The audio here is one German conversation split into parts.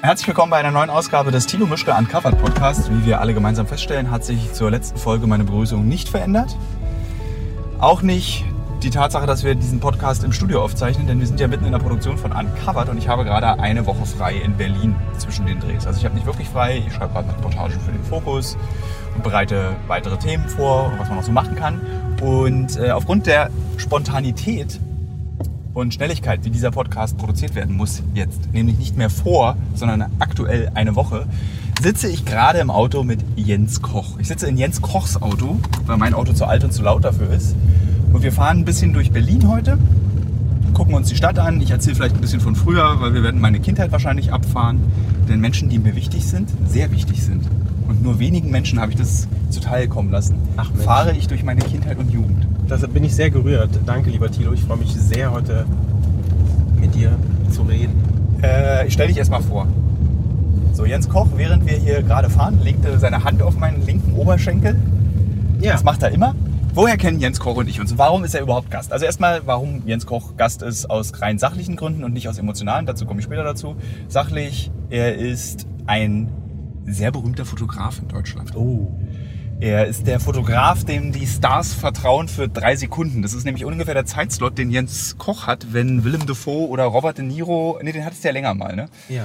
Herzlich willkommen bei einer neuen Ausgabe des Tino Mischke Uncovered Podcast. Wie wir alle gemeinsam feststellen, hat sich zur letzten Folge meine Begrüßung nicht verändert. Auch nicht die Tatsache, dass wir diesen Podcast im Studio aufzeichnen, denn wir sind ja mitten in der Produktion von Uncovered und ich habe gerade eine Woche frei in Berlin zwischen den Drehs. Also ich habe nicht wirklich frei, ich schreibe gerade eine Reportage für den Fokus und bereite weitere Themen vor, was man noch so machen kann. Und äh, aufgrund der Spontanität und Schnelligkeit, wie dieser Podcast produziert werden muss jetzt, nämlich nicht mehr vor, sondern aktuell eine Woche, sitze ich gerade im Auto mit Jens Koch. Ich sitze in Jens Kochs Auto, weil mein Auto zu alt und zu laut dafür ist. Und wir fahren ein bisschen durch Berlin heute, gucken uns die Stadt an. Ich erzähle vielleicht ein bisschen von früher, weil wir werden meine Kindheit wahrscheinlich abfahren. Denn Menschen, die mir wichtig sind, sehr wichtig sind. Und nur wenigen Menschen habe ich das zuteil kommen lassen. Ach, Mensch. fahre ich durch meine Kindheit und Jugend. Das bin ich sehr gerührt. Danke, lieber Thilo. Ich freue mich sehr, heute mit dir zu reden. Äh, ich stelle dich erstmal vor. So, Jens Koch, während wir hier gerade fahren, legte seine Hand auf meinen linken Oberschenkel. Ja, Das macht er immer. Woher kennen Jens Koch und ich uns? Und Warum ist er überhaupt Gast? Also erstmal, warum Jens Koch Gast ist aus rein sachlichen Gründen und nicht aus emotionalen. Dazu komme ich später dazu. Sachlich, er ist ein sehr berühmter Fotograf in Deutschland. Oh. Er ist der Fotograf, dem die Stars vertrauen für drei Sekunden. Das ist nämlich ungefähr der Zeitslot, den Jens Koch hat, wenn Willem Dafoe oder Robert De Niro, nee, den hattest du ja länger mal, ne? Ja.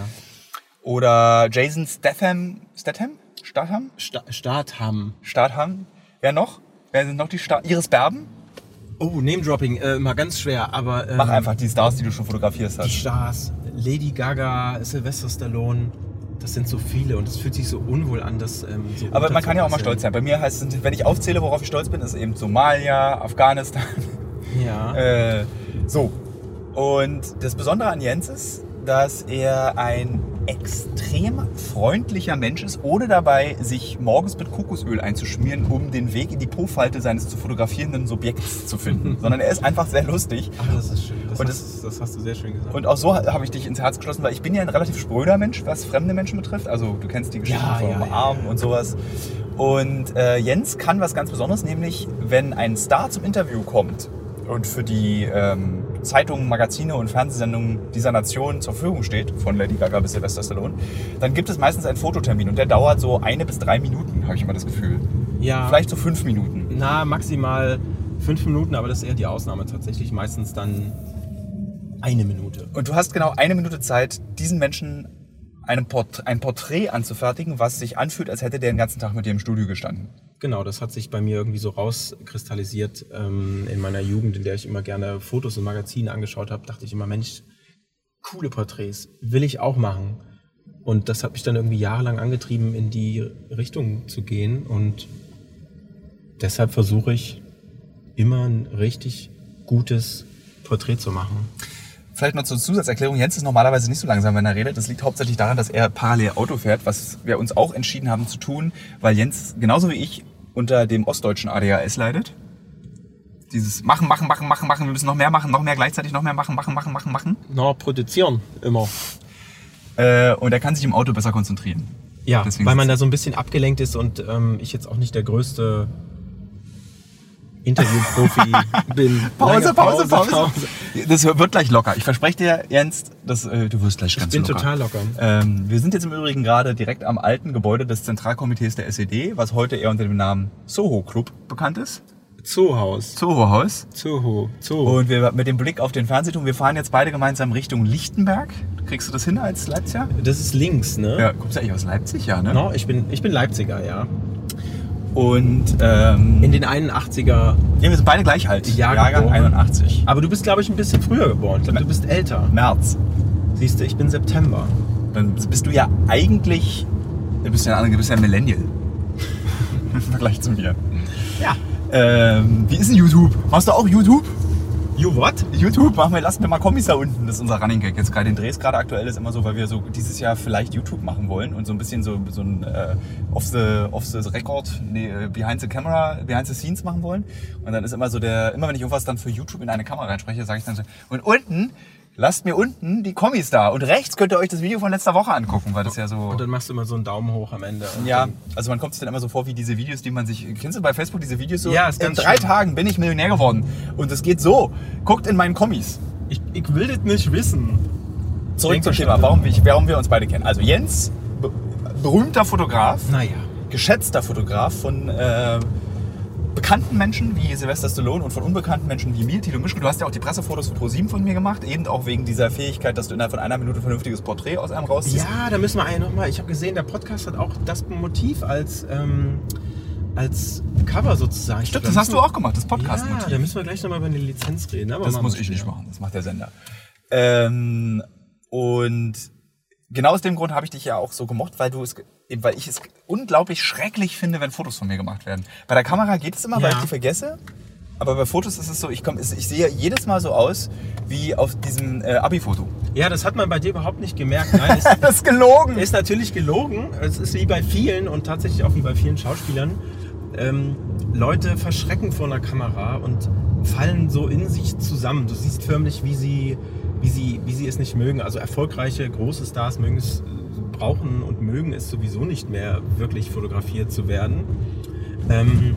Oder Jason Statham, Statham? Statham? Sta Startham. Statham? Wer noch? Wer sind noch die Stars? Iris Berben? Oh, Name-Dropping. Äh, immer ganz schwer, aber... ähm, Mach einfach die Stars, die du schon fotografiert Die hast. Stars. Lady Gaga, Sylvester Stallone. Das sind so viele und es fühlt sich so unwohl an, dass... Ähm, so Aber man kann ja auch mal stolz unterzubasteln. sein. Bei mir heißt es, wenn ich aufzähle, worauf ich stolz bin, ist eben Somalia, Afghanistan. Ja. Äh, so. Und das Besondere an Jens ist, dass er ein extrem freundlicher Mensch ist, ohne dabei sich morgens mit Kokosöl einzuschmieren, um den Weg in die Pofalte seines zu fotografierenden Subjekts zu finden. Sondern er ist einfach sehr lustig Ach, das ist schön. Das, und hast, das hast du sehr schön gesagt. Und auch so habe ich dich ins Herz geschlossen, weil ich bin ja ein relativ spröder Mensch, was fremde Menschen betrifft. Also du kennst die Geschichten Ja, vom ja, ja, Arm ja. und sowas. Und äh, Jens kann was ganz Besonderes, nämlich wenn ein Star zum Interview kommt und für die ähm, Zeitungen, Magazine und Fernsehsendungen dieser Nation zur Verfügung steht, von Lady Gaga bis Sylvester Stallone, dann gibt es meistens einen Fototermin und der dauert so eine bis drei Minuten, habe ich immer das Gefühl. ja. Vielleicht so fünf Minuten. Na, maximal fünf Minuten, aber das ist eher die Ausnahme tatsächlich. Meistens dann eine Minute. Und du hast genau eine Minute Zeit, diesen Menschen einem Port ein Porträt anzufertigen, was sich anfühlt, als hätte der den ganzen Tag mit dir im Studio gestanden. Genau, das hat sich bei mir irgendwie so rauskristallisiert ähm, in meiner Jugend, in der ich immer gerne Fotos und Magazine angeschaut habe. Dachte ich immer, Mensch, coole Porträts, will ich auch machen. Und das hat mich dann irgendwie jahrelang angetrieben, in die Richtung zu gehen. Und deshalb versuche ich immer ein richtig gutes Porträt zu machen. Vielleicht noch zur Zusatzerklärung. Jens ist normalerweise nicht so langsam, wenn er redet. Das liegt hauptsächlich daran, dass er parallel Auto fährt, was wir uns auch entschieden haben zu tun, weil Jens genauso wie ich unter dem ostdeutschen ADHS leidet. Dieses Machen, Machen, Machen, Machen, Machen. Wir müssen noch mehr machen, noch mehr gleichzeitig, noch mehr machen, machen, machen, machen, machen. Na, produzieren immer. Äh, Und er kann sich im Auto besser konzentrieren. Ja, Deswegen weil man sitzt- da so ein bisschen abgelenkt ist und ähm, ich jetzt auch nicht der größte Interviewprofi bin. Lange Das wird gleich locker. Ich verspreche dir, Jens, dass, äh, du wirst gleich Ich ganz bin locker. total locker. Ähm, wir sind jetzt im Übrigen gerade direkt am alten Gebäude des Zentralkomitees der SED, was heute eher unter dem Namen Soho Club bekannt ist. Zoohaus. Soho Haus. Zoho. Zoo. Und wir mit dem Blick auf den Fernsehturm, wir fahren jetzt beide gemeinsam Richtung Lichtenberg. Kriegst du das hin als Leipziger? Das ist links, ne? Ja, kommst du eigentlich aus Leipzig, ja, ne? No, ich, bin, ich bin Leipziger, ja. Und ähm, In den 81er. ja, wir sind beide gleich alt. Jahrgang Jahrgang 81. Aber du bist, glaube ich, ein bisschen früher geboren. Ich glaube, du bist älter. März. Siehst du, ich bin September. Dann bist du ja eigentlich, du bist ja ein, anderer- du bist ja ein Millennial. Im Vergleich zu mir. Ja. Ähm, wie ist denn YouTube? Machst du auch YouTube? You what? YouTube, machen wir, lassen wir mal Kombis da unten. Das ist unser Running Gag. Jetzt gerade in Drehs gerade aktuell ist immer so, weil wir so dieses Jahr vielleicht YouTube machen wollen und so ein bisschen so, so ein äh, off, the, off the Record, nee, äh, behind the camera, behind the scenes machen wollen. Und dann ist immer so der, immer wenn ich irgendwas dann für YouTube in eine Kamera reinspreche, sage ich dann so, und unten, lasst mir unten die Kombis da. Und rechts könnt ihr euch das Video von letzter Woche angucken, weil das ja so. Und dann machst du immer so einen Daumen hoch am Ende. Und Ja, dann- also man kommt sich dann immer so vor wie diese Videos, die man sich. Kennst du bei Facebook diese Videos so? Ja, ist in ganz drei schlimm. Tagen bin ich Millionär geworden. Und es geht so. Guckt in meinen Kommis. Ich, ich will das nicht wissen. Zurück zum Denkverstörer. Thema, warum, wir- warum wir uns beide kennen. Also Jens, be berühmter Fotograf, Naja. geschätzter Fotograf von äh, bekannten Menschen wie Sylvester Stallone und von unbekannten Menschen wie mir, Tilo Mischke. Du hast ja auch die Pressefotos für ProSieben von mir gemacht, eben auch wegen dieser Fähigkeit, dass du innerhalb von einer Minute ein vernünftiges Porträt aus einem rausziehst. Ja, da müssen wir eigentlich nochmal. Ich habe gesehen, der Podcast hat auch das Motiv als, ähm, als Cover sozusagen. Stimmt, das hast du auch gemacht, das Podcast-Motiv. Ja, da müssen wir gleich nochmal über eine Lizenz reden. ne? Aber Das machen muss wir ich nicht später. machen, das macht der Sender. Ähm, und genau aus dem Grund habe ich dich ja auch so gemocht, weil du es, eben weil ich es unglaublich schrecklich finde, wenn Fotos von mir gemacht werden. Bei der Kamera geht es immer, weil ich Ja. die vergesse. Aber bei Fotos ist es so, ich, komm, es- ich sehe jedes Mal so aus wie auf diesem äh, Abi-Foto. Ja, das hat man bei dir überhaupt nicht gemerkt. Nein, es Das ist gelogen! ist natürlich gelogen. Es ist wie bei vielen und tatsächlich auch wie bei vielen Schauspielern. Ähm, Leute verschrecken vor einer Kamera und fallen so in sich zusammen. Du siehst förmlich, wie sie, wie sie, wie sie es nicht mögen. Also erfolgreiche große Stars mögen es, äh, brauchen und mögen es sowieso nicht mehr wirklich fotografiert zu werden. Ähm,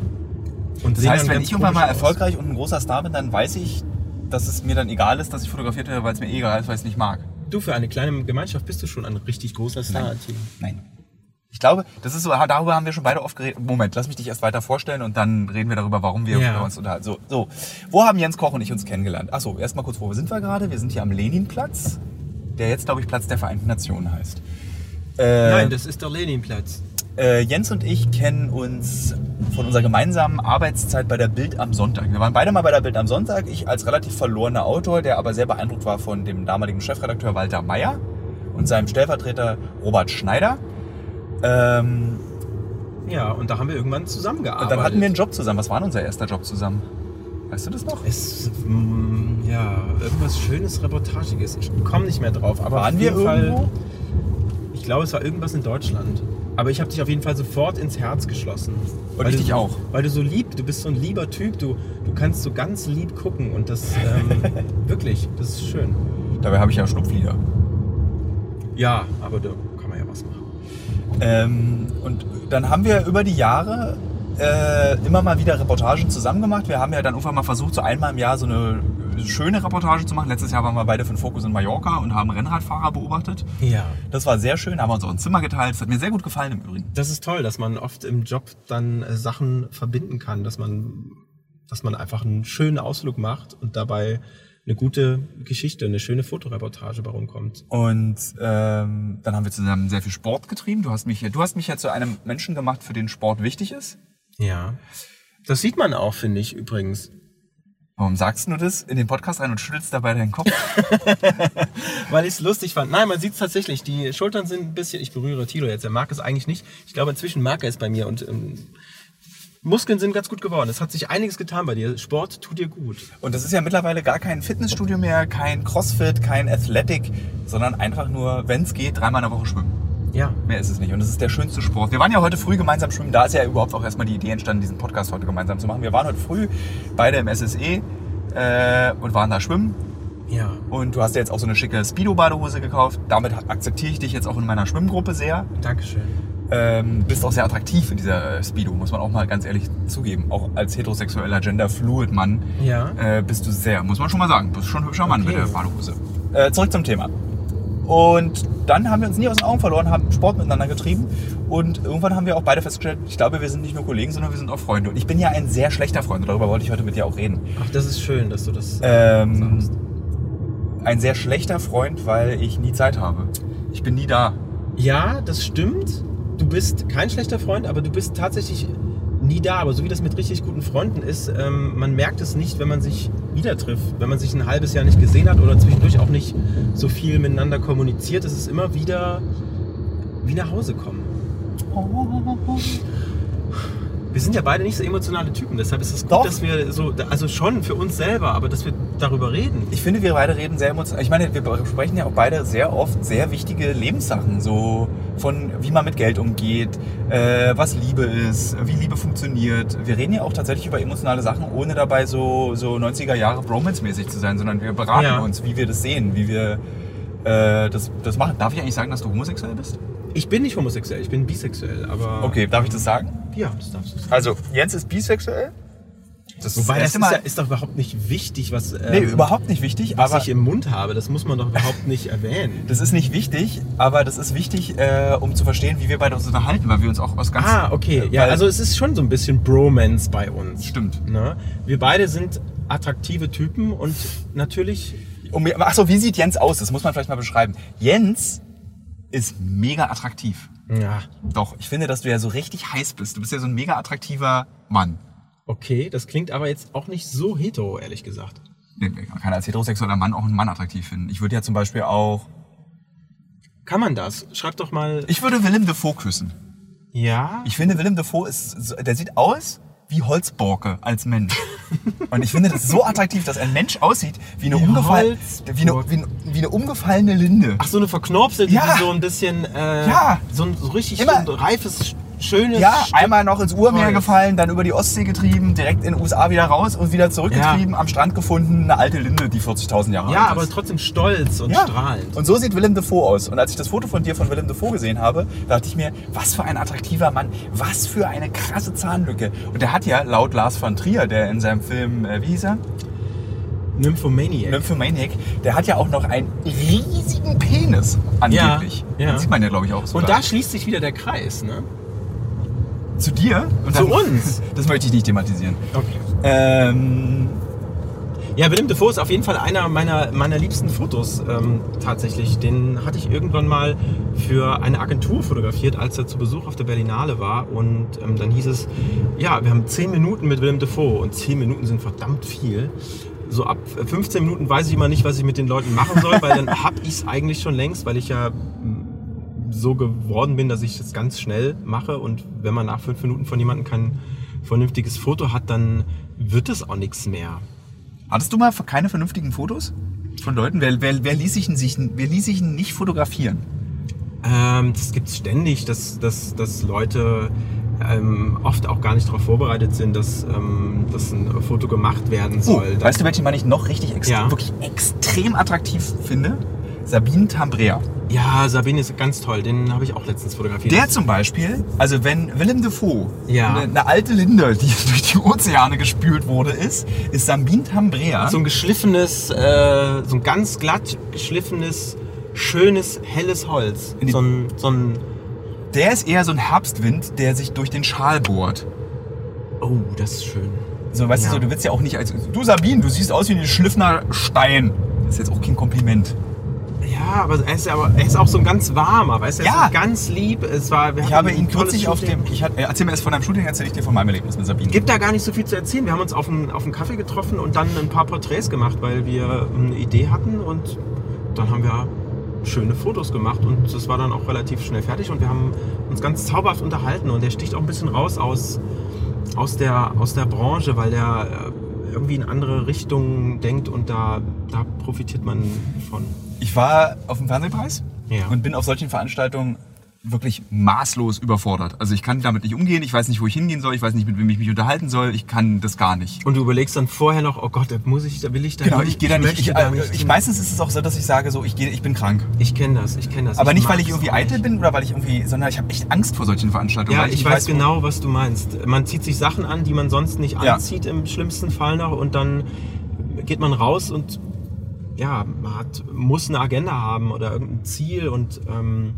und das heißt, wenn ich irgendwann mal erfolgreich und ein großer Star bin, dann weiß ich, dass es mir dann egal ist, dass ich fotografiert werde, weil es mir eh egal ist, weil ich es nicht mag. Du für eine kleine Gemeinschaft bist du schon ein richtig großer Star. Team. Nein. Ich glaube, das ist so, ah, darüber haben wir schon beide oft geredet. Moment, lass mich dich erst weiter vorstellen und dann reden wir darüber, warum wir Ja. über uns unterhalten. So, so, wo haben Jens Koch und ich uns kennengelernt? Achso, erstmal kurz, wo sind wir gerade? Wir sind hier am Leninplatz, der jetzt, glaube ich, Platz der Vereinten Nationen heißt. Äh, Nein, das ist der Leninplatz. äh, Jens und ich kennen uns von unserer gemeinsamen Arbeitszeit bei der Bild am Sonntag. Wir waren beide mal bei der Bild am Sonntag. Ich als relativ verlorener Autor, der aber sehr beeindruckt war von dem damaligen Chefredakteur Walter Mayer und seinem Stellvertreter Robert Schneider. Ähm, Ja, und da haben wir irgendwann zusammengearbeitet. und dann hatten wir einen Job zusammen. Was war denn unser erster Job zusammen? Weißt du das noch? Es, mm, ja, irgendwas Schönes, Reportagiges. Ich komme nicht mehr drauf. Aber Waren auf wir jeden Fall, irgendwo? Ich glaube, es war irgendwas in Deutschland. Aber ich habe dich auf jeden Fall sofort ins Herz geschlossen. Und Weil ich du, dich auch. Weil du so lieb, du bist so ein lieber Typ. Du, du kannst so ganz lieb gucken. Und das, ähm, wirklich, das ist schön. Dabei habe ich ja Schlupflieder. Ja, aber da kann man ja was machen. Ähm, und dann haben wir über die Jahre äh, immer mal wieder Reportagen zusammen gemacht. Wir haben ja dann irgendwann mal versucht, so einmal im Jahr so eine schöne Reportage zu machen. Letztes Jahr waren wir beide für den Fokus in Mallorca und haben Rennradfahrer beobachtet. Ja. Das war sehr schön, haben uns auch ein Zimmer geteilt. Das hat mir sehr gut gefallen im Übrigen. Das ist toll, dass man oft im Job dann äh, Sachen verbinden kann, dass man, dass man einfach einen schönen Ausflug macht und dabei eine gute Geschichte, eine schöne Fotoreportage bei rumkommt. Und ähm, dann haben wir zusammen sehr viel Sport getrieben. Du hast mich, ja- du hast mich ja zu einem Menschen gemacht, für den Sport wichtig ist. Ja. Das sieht man auch, finde ich übrigens. Warum sagst du das in den Podcast rein und schüttelst dabei deinen Kopf? Weil ich es lustig fand. Nein, man sieht es tatsächlich. Die Schultern sind ein bisschen. Ich berühre Thilo jetzt. Er mag es eigentlich nicht. Ich glaube, inzwischen mag er es bei mir. Und ähm, Muskeln sind ganz gut geworden. Es hat sich einiges getan bei dir. Sport tut dir gut. Und das ist ja mittlerweile gar kein Fitnessstudio mehr, kein Crossfit, kein Athletic, sondern einfach nur, wenn es geht, dreimal in der Woche schwimmen. Ja. Mehr ist es nicht. Und das ist der schönste Sport. Wir waren ja heute früh gemeinsam schwimmen. Da ist ja überhaupt auch erstmal die Idee entstanden, diesen Podcast heute gemeinsam zu machen. Wir waren heute früh beide im SSE E, äh, und waren da schwimmen. Ja. Und du hast ja jetzt auch so eine schicke Speedo-Badehose gekauft. Damit akzeptiere ich dich jetzt auch in meiner Schwimmgruppe sehr. Dankeschön. Ähm, bist auch sehr attraktiv in dieser äh, Speedo, muss man auch mal ganz ehrlich zugeben. Auch als heterosexueller Gender-Fluid-Mann Ja. äh, bist du sehr, muss man schon mal sagen, bist schon ein hübscher Mann Okay. mit der Badehose. Äh, zurück zum Thema. Und dann haben wir uns nie aus den Augen verloren, haben Sport miteinander getrieben und irgendwann haben wir auch beide festgestellt, ich glaube, wir sind nicht nur Kollegen, sondern wir sind auch Freunde. Und ich bin ja ein sehr schlechter Freund, und darüber wollte ich heute mit dir auch reden. Ach, das ist schön, dass du das. äh, Ähm, ein sehr schlechter Freund, weil ich nie Zeit habe. Ich bin nie da. Ja, das stimmt. Du bist kein schlechter Freund, aber du bist tatsächlich nie da. Aber so wie das mit richtig guten Freunden ist, ähm, man merkt es nicht, wenn man sich wieder trifft. Wenn man sich ein halbes Jahr nicht gesehen hat oder zwischendurch auch nicht so viel miteinander kommuniziert, es ist immer wieder wie nach Hause kommen. Oh. Wir sind ja beide nicht so emotionale Typen, deshalb ist es gut, Doch. dass wir so, also schon für uns selber, aber dass wir darüber reden. Ich finde, wir beide reden sehr emotional. Ich meine, wir besprechen ja auch beide sehr oft sehr wichtige Lebenssachen, so von wie man mit Geld umgeht, äh, was Liebe ist, wie Liebe funktioniert. Wir reden ja auch tatsächlich über emotionale Sachen, ohne dabei so, so 90er Jahre Bromance-mäßig zu sein, sondern wir beraten Ja. uns, wie wir das sehen, wie wir äh, das, das machen. Darf ich eigentlich sagen, dass du homosexuell bist? Ich bin nicht homosexuell, ich bin bisexuell, aber Okay, darf ich das sagen? ja, das darfst du. Also, Jens ist bisexuell. Das, Wobei, das, ist immer, ist, ja, ist doch überhaupt nicht wichtig, was, nee, ähm, überhaupt nicht wichtig, was aber ich im Mund habe. Das muss man doch überhaupt nicht erwähnen. das ist nicht wichtig, aber das ist wichtig, äh, um zu verstehen, wie wir beide uns unterhalten, weil wir uns auch aus ganz Ah, okay. Äh, Ja, weil- also es ist schon so ein bisschen Bromance bei uns. stimmt. Ne? Wir beide sind attraktive Typen und natürlich Um, achso, wie sieht Jens aus? Das muss man vielleicht mal beschreiben. Jens ist mega attraktiv. ja, Doch, ich finde, dass du ja so richtig heiß bist. Du bist ja so ein mega attraktiver Mann. Okay, das klingt aber jetzt auch nicht so hetero, ehrlich gesagt. Man kann als heterosexueller Mann auch einen Mann attraktiv finden. Ich würde ja zum Beispiel auch. Kann man das? Schreib doch mal. Ich würde Willem Dafoe küssen. Ja. Ich finde, Willem Dafoe ist, so- der sieht aus wie Holzborke als Mensch. Und ich finde das so attraktiv, dass ein Mensch aussieht wie eine, Wie umgefall Holzborke. wie eine, wie eine, wie eine umgefallene Linde. Ach, so eine verknörpelte, Ja. die so ein bisschen. Äh, Ja. So ein so richtig Immer- so ein reifes, sch- schönes. Ja, Stück- einmal noch ins Urmeer Holz. gefallen, dann über die Ostsee getrieben, direkt in den USA wieder raus und wieder zurückgetrieben, am Strand gefunden, eine alte Linde, die 40.000 Jahre Ja, alt aber ist. trotzdem stolz und strahlend. Und so sieht Willem Dafoe aus. Und als ich das Foto von dir von Willem Dafoe gesehen habe, dachte ich mir, was für ein attraktiver Mann, was für eine krasse Zahnlücke. Und der hat ja laut Lars von Trier, der in seinem Film, äh, wie hieß er? Nymphomaniac. Ne, Nymphomaniac, der hat ja auch noch einen riesigen Penis angeblich. Ja, ja. Den sieht man ja, glaube ich, auch so. und da schließt sich wieder der Kreis, ne? zu dir und Zu uns. Das möchte ich nicht thematisieren. Okay. Ähm, Ja, Willem Dafoe ist auf jeden Fall einer meiner, meiner liebsten Fotos ähm, tatsächlich. Den hatte ich irgendwann mal für eine Agentur fotografiert, als er zu Besuch auf der Berlinale war. Und ähm, dann hieß es, ja, wir haben 10 Minuten mit Willem Dafoe. Und 10 Minuten sind verdammt viel. So ab 15 Minuten weiß ich immer nicht, was ich mit den Leuten machen soll, weil dann hab ich's eigentlich schon längst, weil ich ja so geworden bin, dass ich das ganz schnell mache. Und wenn man nach fünf Minuten von jemandem kein vernünftiges Foto hat, dann wird es auch nichts mehr. hattest du mal keine vernünftigen Fotos von Leuten? Wer, wer, wer, ließ, sich denn, sich, wer ließ sich denn nicht fotografieren? Ähm, das gibt's ständig, dass, dass, dass Leute ähm, oft auch gar nicht darauf vorbereitet sind, dass, ähm, dass ein Foto gemacht werden Oh, soll. weißt du, welchen Mann ich noch richtig ext Ja. wirklich extrem attraktiv finde? Sabine Tambrea. ja, Sabine ist ganz toll, den habe ich auch letztens fotografiert. Der zum Beispiel, also wenn Willem Dafoe Ja. eine, eine alte Linde, die durch die Ozeane gespült wurde, ist, ist Sabine Tambrea. so ein geschliffenes, äh, so ein ganz glatt geschliffenes, schönes, helles Holz. In die- So ein, so ein der ist eher so ein Herbstwind, der sich durch den Schal bohrt. oh, das ist schön. So, weißt Ja. du, so, du willst ja auch nicht als. Du Sabine, du siehst aus wie ein geschliffener Stein. Das ist jetzt auch kein Kompliment. Ja, aber er ist, ja aber er ist auch so ein ganz warmer, weißt du? Er Ja. ist so ganz lieb. Es war, wir Ich hatten habe ein ihn tolles kürzlich auf Shooting. dem. Ich hatte, erzähl mir erst von deinem Shooting, erzähl ich dir von meinem Erlebnis mit Sabine. gibt da gar nicht so viel zu erzählen. Wir haben uns auf einen, auf einen Kaffee getroffen und dann ein paar Porträts gemacht, weil wir eine Idee hatten und dann haben wir schöne Fotos gemacht und das war dann auch relativ schnell fertig und wir haben uns ganz zauberhaft unterhalten und der sticht auch ein bisschen raus aus, aus, der, aus der Branche, weil der äh, irgendwie in andere Richtungen denkt und da, da profitiert man von. Ich war auf dem Fernsehpreis Ja. und bin auf solchen Veranstaltungen wirklich maßlos überfordert. Also ich kann damit nicht umgehen, ich weiß nicht, wo ich hingehen soll, ich weiß nicht, mit wem ich mich unterhalten soll, ich kann das gar nicht. Und du überlegst dann vorher noch, oh Gott, da muss ich, da will ich da Genau, hin, ich gehe da nicht. möchte Ich, da äh, nicht ich, hin. meistens ist es auch so, dass ich sage, so ich gehe, ich bin krank. ich kenne das, ich kenne das. Aber nicht, weil mag's ich irgendwie auch eitel bin oder weil ich irgendwie, sondern ich habe echt Angst vor solchen Veranstaltungen. Ja, weil ich, nicht weiß, wo- genau, was du meinst. Man zieht sich Sachen an, die man sonst nicht Ja. anzieht, im schlimmsten Fall noch, und dann geht man raus und ja, man hat, muss eine Agenda haben oder irgendein Ziel und ähm,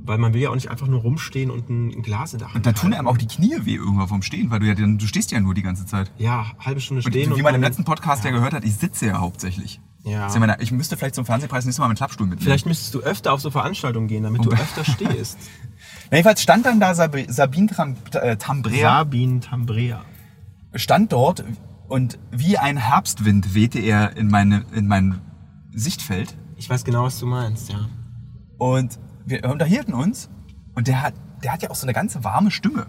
weil man will ja auch nicht einfach nur rumstehen und ein, ein Glas in der Und Hand. da tun halten. einem auch die Knie weh irgendwann vom Stehen, weil du ja, dann- du stehst ja nur die ganze Zeit. ja, halbe Stunde Und stehen wie man im dann- letzten Podcast ja, gehört hat, ich sitze ja hauptsächlich. Ja. Das ist meine, ich müsste vielleicht zum Fernsehpreis nächstes Mal mit Klappstuhl mitnehmen. Vielleicht müsstest du öfter auf so Veranstaltungen gehen, damit du öfter stehst. Na, jedenfalls stand dann da Sabi, Sabine Tram, äh, Tambrea, Sabine Tambrea. stand dort und wie ein Herbstwind wehte er in, meine, in mein Sichtfeld. Ich weiß genau, was du meinst, ja. Und wir unterhielten uns und der hat, der hat ja auch so eine ganze warme Stimme.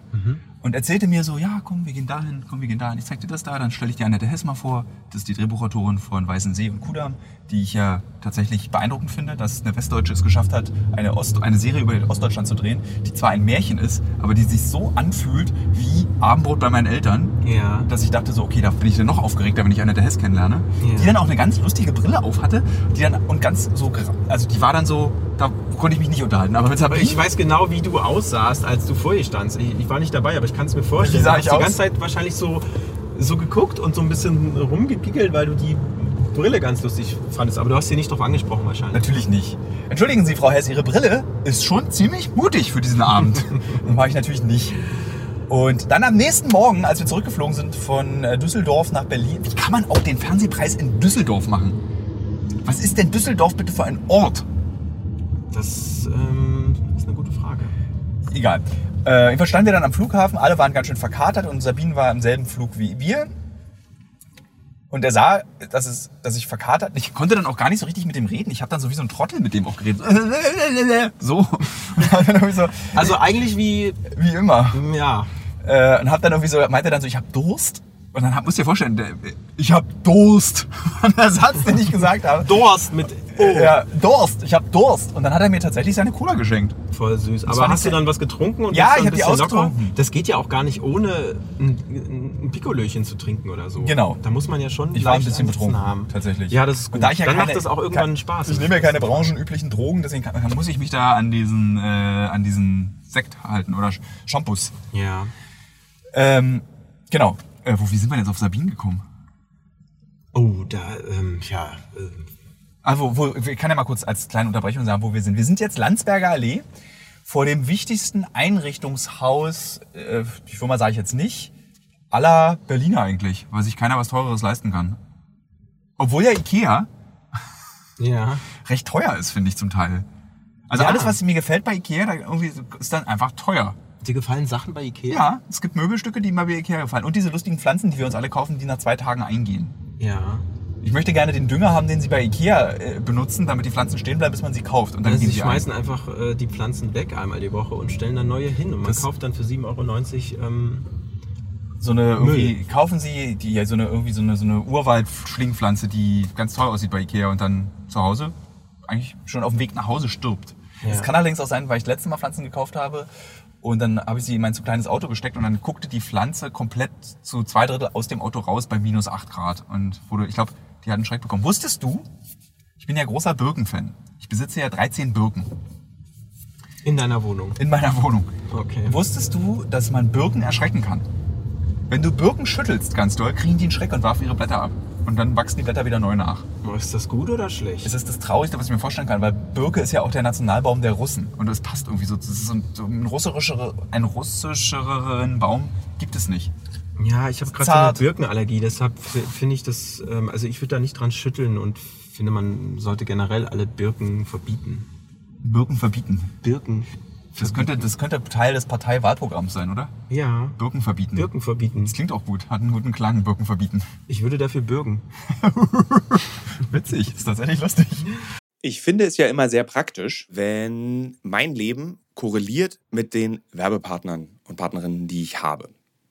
Und erzählte mir so, ja, komm, wir gehen dahin, komm, wir gehen dahin. Ich zeig dir das da, dann stelle ich dir Annette Hess mal vor. Das ist die Drehbuchautorin von Weißensee und Kudamm, die ich ja tatsächlich beeindruckend finde, dass eine Westdeutsche es geschafft hat, eine, Ost eine Serie über Ostdeutschland zu drehen, die zwar ein Märchen ist, aber die sich so anfühlt wie Abendbrot bei meinen Eltern, Ja. dass ich dachte so, okay, da bin ich dann noch aufgeregter, wenn ich Annette Hess kennenlerne. Ja. Die dann auch eine ganz lustige Brille auf hatte, die dann und ganz so, gera- also die war dann so, da konnte ich mich nicht unterhalten. Aber mit Sabine, Ich weiß genau, wie du aussahst, als du vor ihr standst. Ich, ich war nicht dabei, aber ich kann es mir vorstellen. Wie sah Du ich hast die aus? ganze Zeit wahrscheinlich so, so geguckt und so ein bisschen rumgepickelt, weil du die Brille ganz lustig fandest. Aber du hast sie nicht drauf angesprochen wahrscheinlich. Natürlich nicht. Entschuldigen Sie, Frau Hess, Ihre Brille ist schon ziemlich mutig für diesen Abend. das mache ich natürlich nicht. Und dann am nächsten Morgen, als wir zurückgeflogen sind von äh, Düsseldorf nach Berlin, wie kann man auch den Fernsehpreis in Düsseldorf machen? Was ist denn Düsseldorf bitte für ein Ort? Das ähm, ist eine gute Frage. Egal. Äh, jedenfalls standen wir dann am Flughafen, alle waren ganz schön verkatert und Sabine war im selben Flug wie wir. Und er sah, dass, es, dass ich verkatert. Ich konnte dann auch gar nicht so richtig mit dem reden. Ich habe dann so wie so ein Trottel mit dem auch geredet. So. Und dann irgendwie so Also eigentlich wie, ähm, wie immer. ja, Äh, und hab dann irgendwie so, meinte dann so, ich habe Durst. Und dann hab, musst du dir vorstellen, der, ich habe Durst. Und der Satz, den ich gesagt habe. Durst mit O. Ja, Durst, ich habe Durst. Und dann hat er mir tatsächlich seine Cola geschenkt. Voll süß. war Aber nicht hast du der- dann was getrunken? Und Ja, warst dann ich hab ein die bisschen locker? ausgetrunken. Das geht ja auch gar nicht, ohne ein, ein Pikolöchen zu trinken oder so. Genau. Da muss man ja schon Ich war ein leicht bisschen Ansitzen betrunken, haben. tatsächlich. Ja, das ist gut. Und da ich ja dann keine, macht das auch irgendwann kein- Spaß. Ich nehme ja keine branchenüblichen Drogen, deswegen kann, muss ich mich da an diesen, äh, an diesen Sekt halten oder Sch- Shampoos. Ja. Ähm, genau. Äh, wo, wie sind wir denn jetzt auf Sabine gekommen? Oh, da, ähm, ja. Ähm, Also, wo, ich kann ja mal kurz als kleine Unterbrechung sagen, wo wir sind. Wir sind jetzt Landsberger Allee vor dem wichtigsten Einrichtungshaus, äh, die Firma sage ich jetzt nicht, aller Berliner eigentlich, weil sich keiner was Teureres leisten kann. Obwohl ja Ikea ja. recht teuer ist, finde ich zum Teil. Also Ja. alles, was mir gefällt bei Ikea, da irgendwie ist dann einfach teuer. Dir gefallen Sachen bei Ikea? Ja, es gibt Möbelstücke, die mir bei Ikea gefallen. Und diese lustigen Pflanzen, die wir uns alle kaufen, die nach zwei Tagen eingehen. Ja. Ich möchte gerne den Dünger haben, den sie bei Ikea äh, benutzen, damit die Pflanzen stehen bleiben, bis man sie kauft. Und dann Also gehen sie sie ein. schmeißen einfach äh, die Pflanzen weg einmal die Woche und stellen dann neue hin. Und man Das- kauft dann für 7,90 Euro ähm, so eine irgendwie, Müll. kaufen Sie die ja so eine irgendwie so eine, so eine Urwaldschlingpflanze, die ganz toll aussieht bei Ikea und dann zu Hause eigentlich schon auf dem Weg nach Hause stirbt. Ja. Es kann allerdings auch sein, weil ich letztes Mal Pflanzen gekauft habe und dann habe ich sie in mein zu kleines Auto gesteckt und dann guckte die Pflanze komplett zu zwei Drittel aus dem Auto raus bei minus 8 Grad und wurde, ich glaube, die hat einen Schreck bekommen. Wusstest du, ich bin ja großer Birkenfan. Ich besitze ja 13 Birken in deiner Wohnung. in meiner Wohnung. Okay. Wusstest du, dass man Birken erschrecken kann? Wenn du Birken schüttelst ganz doll, kriegen die einen Schreck und werfen ihre Blätter ab. Und dann wachsen die Blätter wieder neu nach. Ist das gut oder schlecht? Es ist das Traurigste, was ich mir vorstellen kann, weil Birke ist ja auch der Nationalbaum der Russen. Und es passt irgendwie so. Das ist so ein, so ein russischere, einen russischeren Baum gibt es nicht. Ja, ich habe gerade so eine Zart. Birkenallergie, deshalb f- finde ich das, ähm, also ich würde da nicht dran schütteln und finde, man sollte generell alle Birken verbieten. Birken verbieten. Birken? Das könnte, das könnte Teil des Parteiwahlprogramms sein, oder? Ja. Birken verbieten. Birken verbieten. Das klingt auch gut. Hat einen guten Klang, Birken verbieten. Ich würde dafür bürgen. Witzig. Ist tatsächlich lustig. Ich finde es ja immer sehr praktisch, wenn mein Leben korreliert mit den Werbepartnern und Partnerinnen, die ich habe.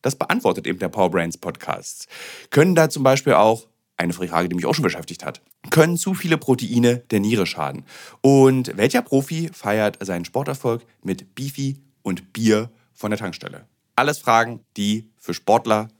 Das beantwortet eben der Power Brains Podcast. Können da zum Beispiel auch eine Frage, die mich auch schon beschäftigt hat. Können zu viele Proteine der Niere schaden? Und welcher Profi feiert seinen Sporterfolg mit Beefy und Bier von der Tankstelle? Alles Fragen, die für Sportler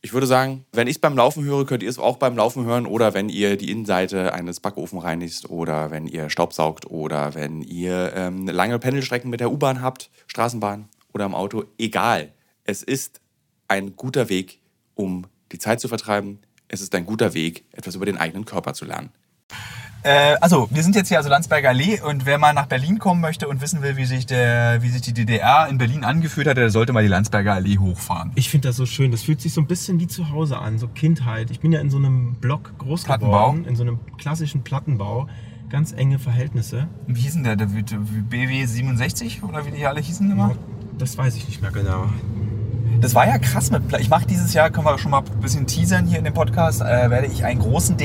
ich würde sagen, wenn ich es beim Laufen höre, könnt ihr es auch beim Laufen hören oder wenn ihr die Innenseite eines Backofen reinigt oder wenn ihr Staubsaugt oder wenn ihr ähm, lange Pendelstrecken mit der U-Bahn habt, Straßenbahn oder im Auto. Egal. Es ist ein guter Weg, um die Zeit zu vertreiben. Es ist ein guter Weg, etwas über den eigenen Körper zu lernen. Äh, also, wir sind jetzt hier also Landsberger Allee und wer mal nach Berlin kommen möchte und wissen will, wie sich, der, wie sich die DDR in Berlin angefühlt hat, der sollte mal die Landsberger Allee hochfahren. Ich finde das so schön. Das fühlt sich so ein bisschen wie zu Hause an, so Kindheit. Ich bin ja in so einem Block groß Plattenbau. geworden, in so einem klassischen Plattenbau. Ganz enge Verhältnisse. Wie hieß denn der? der BW 67 oder wie die alle hießen immer? Das weiß ich nicht mehr genau. Das war ja krass mit. Pla- Ich mache dieses Jahr, können wir schon mal ein bisschen teasern hier in dem Podcast, äh, werde ich einen großen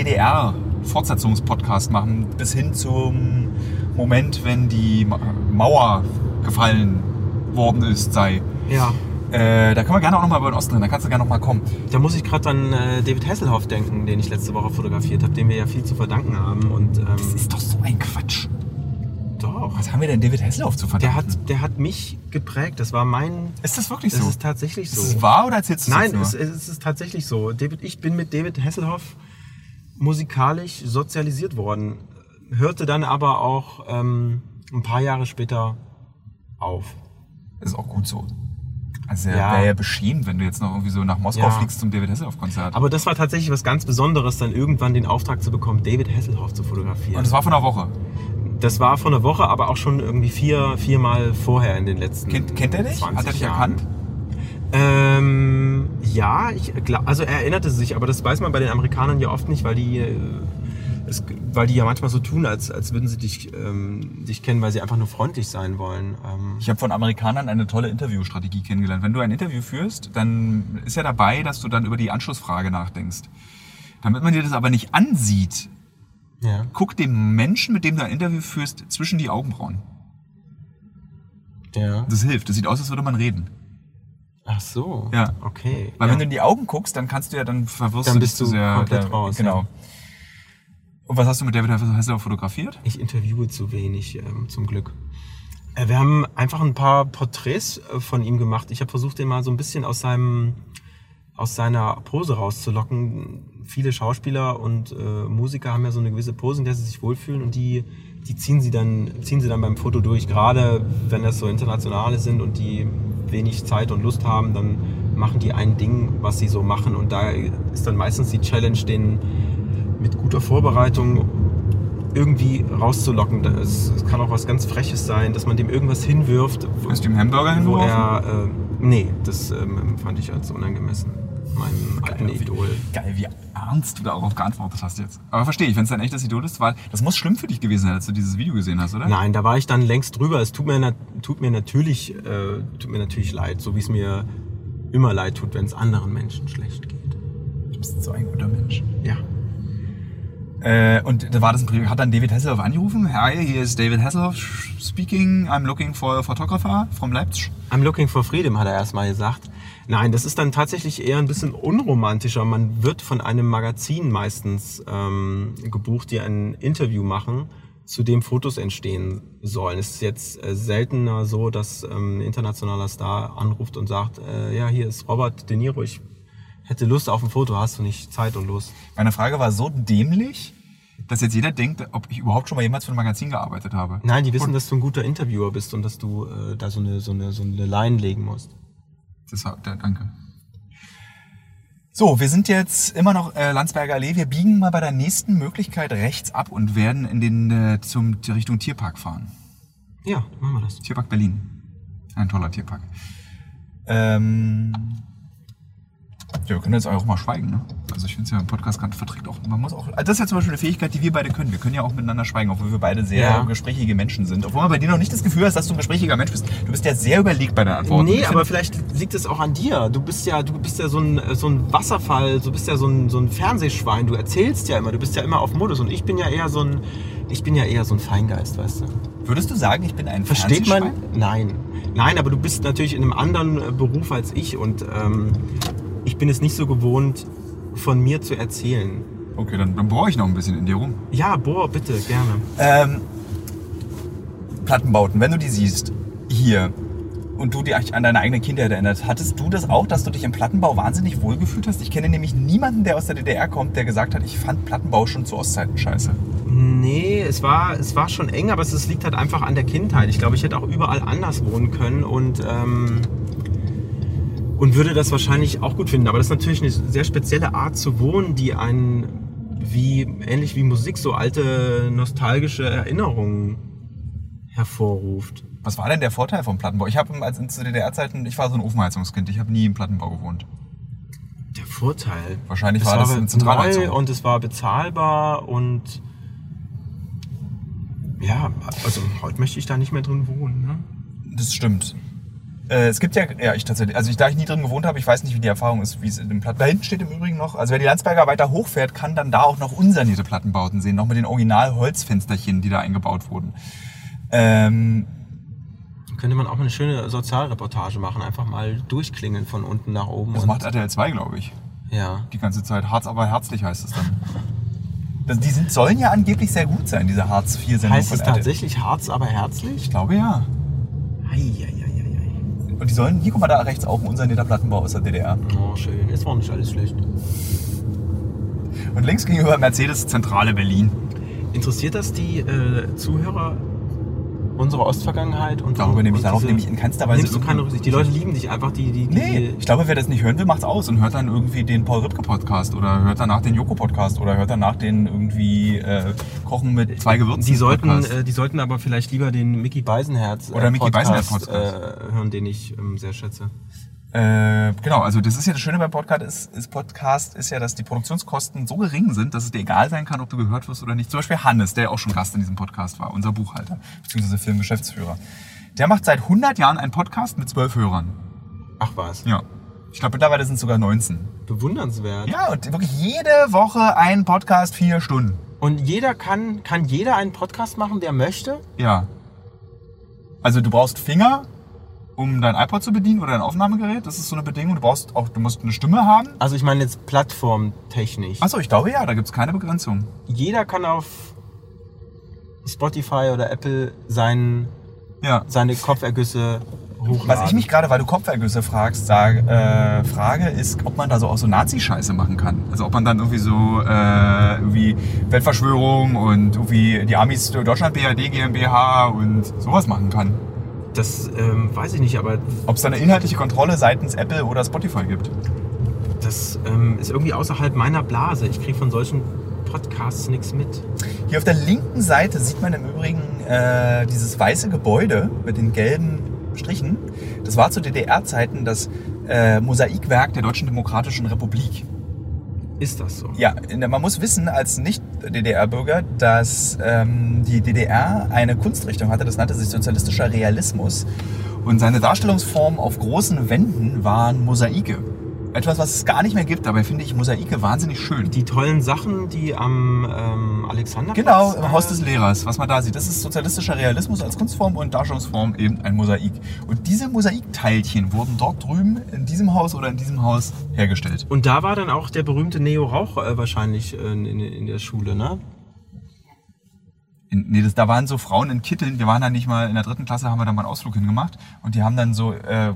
DDR-Fortsetzungspodcast machen, bis hin zum Moment, wenn die Ma- Mauer gefallen worden ist, sei. Ja, Äh, da können wir gerne auch nochmal über den Osten reden, da kannst du gerne nochmal kommen. Da muss ich gerade an äh, David Hasselhoff denken, den ich letzte Woche fotografiert habe, dem wir ja viel zu verdanken haben. Und ähm, Das ist doch so ein Quatsch. doch, Was haben wir denn David Hasselhoff zu verdanken? der hat, der hat mich geprägt. Das war mein. ist das wirklich Das so? ist tatsächlich so. Ist es wahr oder erzählst du Nein, das es, es ist tatsächlich so. David, ich bin mit David Hasselhoff musikalisch sozialisiert worden, hörte dann aber auch ähm, ein paar Jahre später auf. Ist auch gut so. Also Ja. wäre ja beschämend, wenn du jetzt noch irgendwie so nach Moskau Ja. fliegst zum David Hasselhoff-Konzert. Aber das war tatsächlich was ganz Besonderes, dann irgendwann den Auftrag zu bekommen, David Hasselhoff zu fotografieren. Und das war vor einer Woche. Das war vor einer Woche, aber auch schon irgendwie vier, viermal vorher in den letzten. Kennt, kennt er dich? 20 Hat er dich Jahren. erkannt? Ähm, ja, ich glaub, also er erinnerte sich, aber das weiß man bei den Amerikanern ja oft nicht, weil die, äh, es, weil die ja manchmal so tun, als, als würden sie dich, ähm, dich kennen, weil sie einfach nur freundlich sein wollen. Ähm, Ich habe von Amerikanern eine tolle Interviewstrategie kennengelernt. Wenn du ein Interview führst, dann ist ja dabei, dass du dann über die Anschlussfrage nachdenkst. Damit man dir das aber nicht ansieht, ja. guck dem Menschen, mit dem du ein Interview führst, zwischen die Augenbrauen. ja. Das hilft. Das sieht aus, als würde man reden. Ach so. Ja. Okay. Weil ja. wenn du in die Augen guckst, dann kannst du ja, dann verwirrst Dann du bist dich zu du sehr. komplett da- raus, Genau. ja. Und was hast du mit David Hasselhoff fotografiert? Ich interviewe zu wenig, ähm, zum Glück. Äh, wir haben einfach ein paar Porträts äh, von ihm gemacht. Ich habe versucht, den mal so ein bisschen aus, seinem, aus seiner Pose rauszulocken. Viele Schauspieler und äh, Musiker haben ja so eine gewisse Pose, in der sie sich wohlfühlen und die, die ziehen, sie dann, ziehen sie dann beim Foto durch. Gerade wenn das so internationale sind und die wenig Zeit und Lust haben, dann machen die ein Ding, was sie so machen. Und da ist dann meistens die Challenge, den mit guter Vorbereitung irgendwie rauszulocken. Da- Es, es kann auch was ganz Freches sein, dass man dem irgendwas hinwirft, wo, Hast du ihm Hamburger wo hingeworfen? er. Äh, nee, das ähm, fand ich als unangemessen. Meinem alten Idol. Geil, wie ernst du darauf geantwortet hast jetzt. Aber verstehe ich, wenn es dein echtes Idol ist, weil das muss schlimm für dich gewesen sein, als du dieses Video gesehen hast, oder? Nein, da war ich dann längst drüber. Es tut mir, na, tut mir, natürlich, äh, tut mir natürlich leid, so wie es mir immer leid tut, wenn es anderen Menschen schlecht geht. Du bist so ein guter Mensch. Ja. Äh, und da war das ein Pri- hat dann David Hasselhoff angerufen. Hi, hier ist David Hasselhoff speaking. I'm looking for a photographer from Leipzig. I'm looking for freedom, hat er erstmal gesagt. Nein, das ist dann tatsächlich eher ein bisschen unromantischer. Man wird von einem Magazin meistens ähm, gebucht, die ein Interview machen, zu dem Fotos entstehen sollen. Es ist jetzt äh, seltener so, dass ähm, ein internationaler Star anruft und sagt, äh, ja, hier ist Robert De Niro, ich hätte Lust auf ein Foto, hast du nicht Zeit und Lust? Meine Frage war so dämlich, dass jetzt jeder denkt, ob ich überhaupt schon mal jemals für ein Magazin gearbeitet habe. Nein, die wissen, dass du ein guter Interviewer bist und dass du äh, da so eine, so, eine, so eine Line legen musst. Das war, da, danke. So, wir sind jetzt immer noch äh, Landsberger Allee. Wir biegen mal bei der nächsten Möglichkeit rechts ab und werden in den äh, zum Richtung Tierpark fahren. Ja, machen wir das. Tierpark Berlin. Ein toller Tierpark. Ähm, Ja, wir können jetzt auch mal schweigen. Ne? Also ich finde es ja, ein Podcast kann, verträgt auch, man muss auch, also das ist ja zum Beispiel eine Fähigkeit, die wir beide können. Wir können ja auch miteinander schweigen, obwohl wir beide sehr Ja. gesprächige Menschen sind. Obwohl man bei dir noch nicht das Gefühl hast, dass du ein gesprächiger Mensch bist. Du bist ja sehr überlegt bei deinen Antworten. Nee, Ich finde- aber vielleicht liegt es auch an dir. Du bist ja, du bist ja so ein, so ein Wasserfall, du bist ja so ein, so ein Fernsehschwein, du erzählst ja immer, du bist ja immer auf Modus und ich bin ja eher so ein, ich bin ja eher so ein Feingeist, weißt du. Würdest du sagen, ich bin ein Versteht man? Fernsehschwein? Nein. Nein, aber du bist natürlich in einem anderen äh, Beruf als ich und ähm, ich bin es nicht so gewohnt, von mir zu erzählen. Okay, dann, dann bohre ich noch ein bisschen in dir rum. Ja, boah, bitte, gerne. Ähm, Plattenbauten, wenn du die siehst, hier, und du dich an deine eigene Kindheit erinnerst, hattest du das auch, dass du dich im Plattenbau wahnsinnig wohlgefühlt hast? Ich kenne nämlich niemanden, der aus der DDR kommt, der gesagt hat, ich fand Plattenbau schon zu Ostzeiten scheiße. Nee, es war, es war schon eng, aber es, es liegt halt einfach an der Kindheit. Ich glaube, ich hätte auch überall anders wohnen können und, ähm, und würde das wahrscheinlich auch gut finden. Aber das ist natürlich eine sehr spezielle Art zu wohnen, die einen, wie, ähnlich wie Musik, so alte nostalgische Erinnerungen hervorruft. Was war denn der Vorteil vom Plattenbau? Ich habe als in zu DDR-Zeiten, ich war so ein Ofenheizungskind, ich habe nie im Plattenbau gewohnt. Der Vorteil. Wahrscheinlich Es war das eine Zentralheizung. neu und es war bezahlbar und ja, also heute möchte ich da nicht mehr drin wohnen. Ne? Das stimmt. Äh, es gibt ja, ja, ich tatsächlich, also ich, da ich nie drin gewohnt habe, ich weiß nicht, wie die Erfahrung ist, wie es in dem Platten. Da hinten steht im Übrigen noch, also wer die Landsberger weiter hochfährt, kann dann da auch noch unsanierte Plattenbauten sehen, noch mit den Original-Holzfensterchen, die da eingebaut wurden. Ähm, Könnte man auch mal eine schöne Sozialreportage machen, einfach mal durchklingeln von unten nach oben. das und- macht RTL 2, glaube ich, ja. die ganze Zeit. Harz aber herzlich heißt es dann. Das, die sind, sollen ja angeblich sehr gut sein, diese Harz 4 Sendungen. Heißt es von RTL. tatsächlich Harz, aber herzlich? Ich glaube ja. Ei, ei, ei, ei, Und die sollen, hier guck mal da rechts auch ein unsanierter Plattenbau aus der DDR. ei. Oh, schön. Ist war nicht alles schlecht. Und links gegenüber Mercedes Zentrale Berlin. Interessiert das die äh, Zuhörer unserer Ostvergangenheit? Und Darüber nehme ich- und darauf diese- nehme ich in keinster Weise Nimmst du keine irgendeine Rücksicht. Die Leute lieben dich einfach. Die, die, die, Nee, ich glaube, wer das nicht hören will, macht's aus und hört dann irgendwie den Paul Ripke Podcast oder hört danach den Joko Podcast oder hört danach den irgendwie äh, Kochen mit zwei Gewürzen. Die sollten, Podcast. äh, die sollten aber vielleicht lieber den Mickey Beisenherz äh, Oder Mickey Podcast, Beisenherz-Podcast. äh, hören, den ich ähm, sehr schätze. Äh, genau, also das ist ja das Schöne beim Podcast ist, ist Podcast ist ja, dass die Produktionskosten so gering sind, dass es dir egal sein kann, ob du gehört wirst oder nicht. Zum Beispiel Hannes, der ja auch schon Gast in diesem Podcast war, unser Buchhalter bzw. Filmgeschäftsführer. Der macht seit 100 Jahren einen Podcast mit zwölf Hörern. Ach was, Ja. Ich glaube, mittlerweile sind es sogar 19. bewundernswert. Ja, und wirklich jede Woche ein Podcast, vier Stunden. Und jeder kann, kann jeder einen Podcast machen, der möchte? Ja. Also du brauchst Finger, um dein iPod zu bedienen oder dein Aufnahmegerät. Das ist so eine Bedingung. Du brauchst auch, du musst eine Stimme haben. Also ich meine jetzt plattformtechnisch. Achso, ich glaube ja, da gibt's keine Begrenzung. Jeder kann auf Spotify oder Apple seinen, Ja. seine Kopfergüsse hochladen. Was ich mich gerade, weil du Kopfergüsse fragst, sag, äh, frage, ist, ob man da so auch so Nazi-Scheiße machen kann. Also ob man dann irgendwie so äh, irgendwie Weltverschwörung und irgendwie die Amis äh, Deutschland BRD GmbH und sowas machen kann. das ähm, weiß ich nicht, aber Ob es da eine inhaltliche Kontrolle seitens Apple oder Spotify gibt. das ähm, ist irgendwie außerhalb meiner Blase. Ich kriege von solchen Podcasts nichts mit. Hier auf der linken Seite sieht man im Übrigen äh, dieses weiße Gebäude mit den gelben Strichen. Das war zu DDR-Zeiten das äh, Mosaikwerk der Deutschen Demokratischen Republik. Ist das so? Ja, in der, man muss wissen als Nicht-DDR-Bürger, dass ähm, die DDR eine Kunstrichtung hatte, das nannte sich sozialistischer Realismus. Und seine Darstellungsform auf großen Wänden waren Mosaike. Etwas, was es gar nicht mehr gibt, dabei finde ich Mosaike wahnsinnig schön. Die tollen Sachen, die am ähm, Alexanderplatz... Genau, äh, im Haus des Lehrers, was man da sieht. Das ist sozialistischer Realismus als Kunstform und Darstellungsform eben ein Mosaik. Und diese Mosaikteilchen wurden dort drüben in diesem Haus oder in diesem Haus hergestellt. Und da war dann auch der berühmte Neo Rauch äh, wahrscheinlich äh, in, in, in der Schule, ne? In, nee, das, da waren so Frauen in Kitteln. Wir waren da nicht mal in der dritten Klasse, haben wir da mal einen Ausflug hingemacht. Und die haben dann so, äh,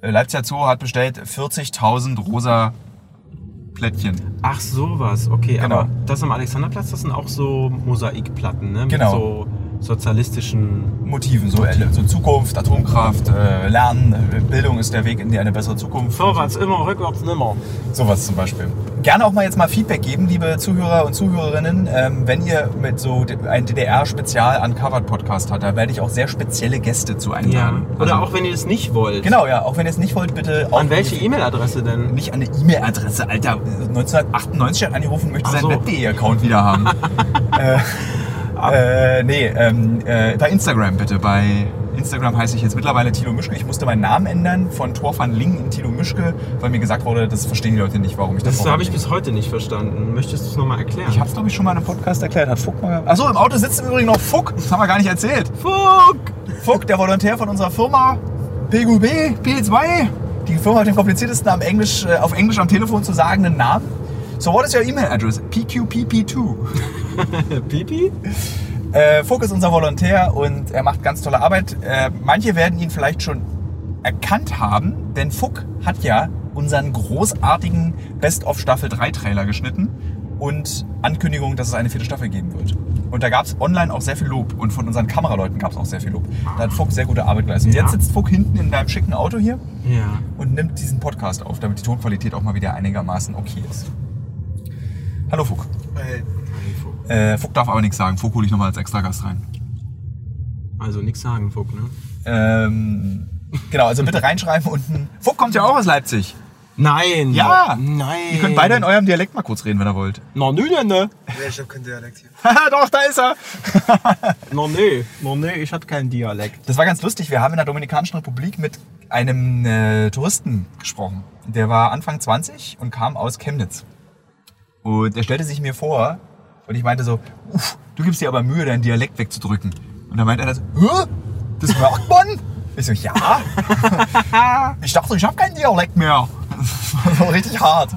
Leipziger Zoo hat bestellt 40.000 rosa Plättchen. Ach sowas, okay, Genau. aber das am Alexanderplatz, das sind auch so Mosaikplatten, ne? Genau. Mit so sozialistischen. Motiven, so, äh, so Zukunft, Atomkraft, äh, Lernen, äh, Bildung ist der Weg in die eine bessere Zukunft. Vorwärts immer, rückwärts nimmer. Sowas zum Beispiel. Gerne auch mal jetzt mal Feedback geben, liebe Zuhörer und Zuhörerinnen, ähm, wenn ihr mit so d- ein DDR-Spezial Uncovered Podcast habt, da werde ich auch sehr spezielle Gäste zu einladen. Oder Also- auch wenn ihr das nicht wollt. Genau, ja. Auch wenn ihr es nicht wollt, bitte auch An welche E-Mail-Adresse denn? nicht an eine E-Mail-Adresse, Alter. 1998 hat angerufen, möchte Ach seinen so. Web.de-Account wieder haben. äh, äh, nee, ähm, äh, bei Instagram bitte. Bei Instagram heiße ich jetzt mittlerweile Tilo Mischke. Ich musste meinen Namen ändern von Thor van Lingen in Tilo Mischke, weil mir gesagt wurde, das verstehen die Leute nicht, warum ich das Das Thor van habe ich Lingen- bis heute nicht verstanden. Möchtest du es nochmal erklären? Ich hab's, glaube ich, schon mal in einem Podcast erklärt. Hat Fuck mal. Achso, im Auto sitzt im Übrigen noch Fuck. Das haben wir gar nicht erzählt. Fuck! Fuck, der Volontär von unserer Firma PQB, P2. Die Firma hat den kompliziertesten am Englisch, äh, auf Englisch am Telefon zu sagenden Namen. So, what is your email address? PQPP2. Pipi? Äh, Fuck ist unser Volontär und er macht ganz tolle Arbeit. Äh, manche werden ihn vielleicht schon erkannt haben, denn Fuck hat ja unseren großartigen Best-of Staffel 3 Trailer geschnitten und Ankündigung, dass es eine vierte Staffel geben wird. Und da gab es online auch sehr viel Lob und von unseren Kameraleuten gab es auch sehr viel Lob. Da hat Fuck sehr gute Arbeit geleistet. Und Ja. jetzt sitzt Fuck hinten in deinem schicken Auto hier Ja. und nimmt diesen Podcast auf, damit die Tonqualität auch mal wieder einigermaßen okay ist. Hallo Fuck. Äh, Fuck darf aber nichts sagen. Fuck hole ich nochmal als Extragast rein. Also nichts sagen, Fuck, ne? Ähm, genau, also bitte reinschreiben unten. Fuck kommt ja auch aus Leipzig. Nein! Ja. Nein! Ihr könnt beide in eurem Dialekt mal kurz reden, wenn ihr wollt. Na nö, denn, ne? Nee, ich hab keinen Dialekt hier. Haha, doch, da ist er. Na nö. Na nö, ich hab keinen Dialekt. Das war ganz lustig. Wir haben in der Dominikanischen Republik mit einem äh, Touristen gesprochen. Der war Anfang 20 und kam aus Chemnitz. Und er stellte sich mir vor und ich meinte so, uff, du gibst dir aber Mühe, deinen Dialekt wegzudrücken. Und dann meinte er das, Hö? das merkt man? Ich so, ja. Ich dachte, ich habe keinen Dialekt mehr. Das war richtig hart.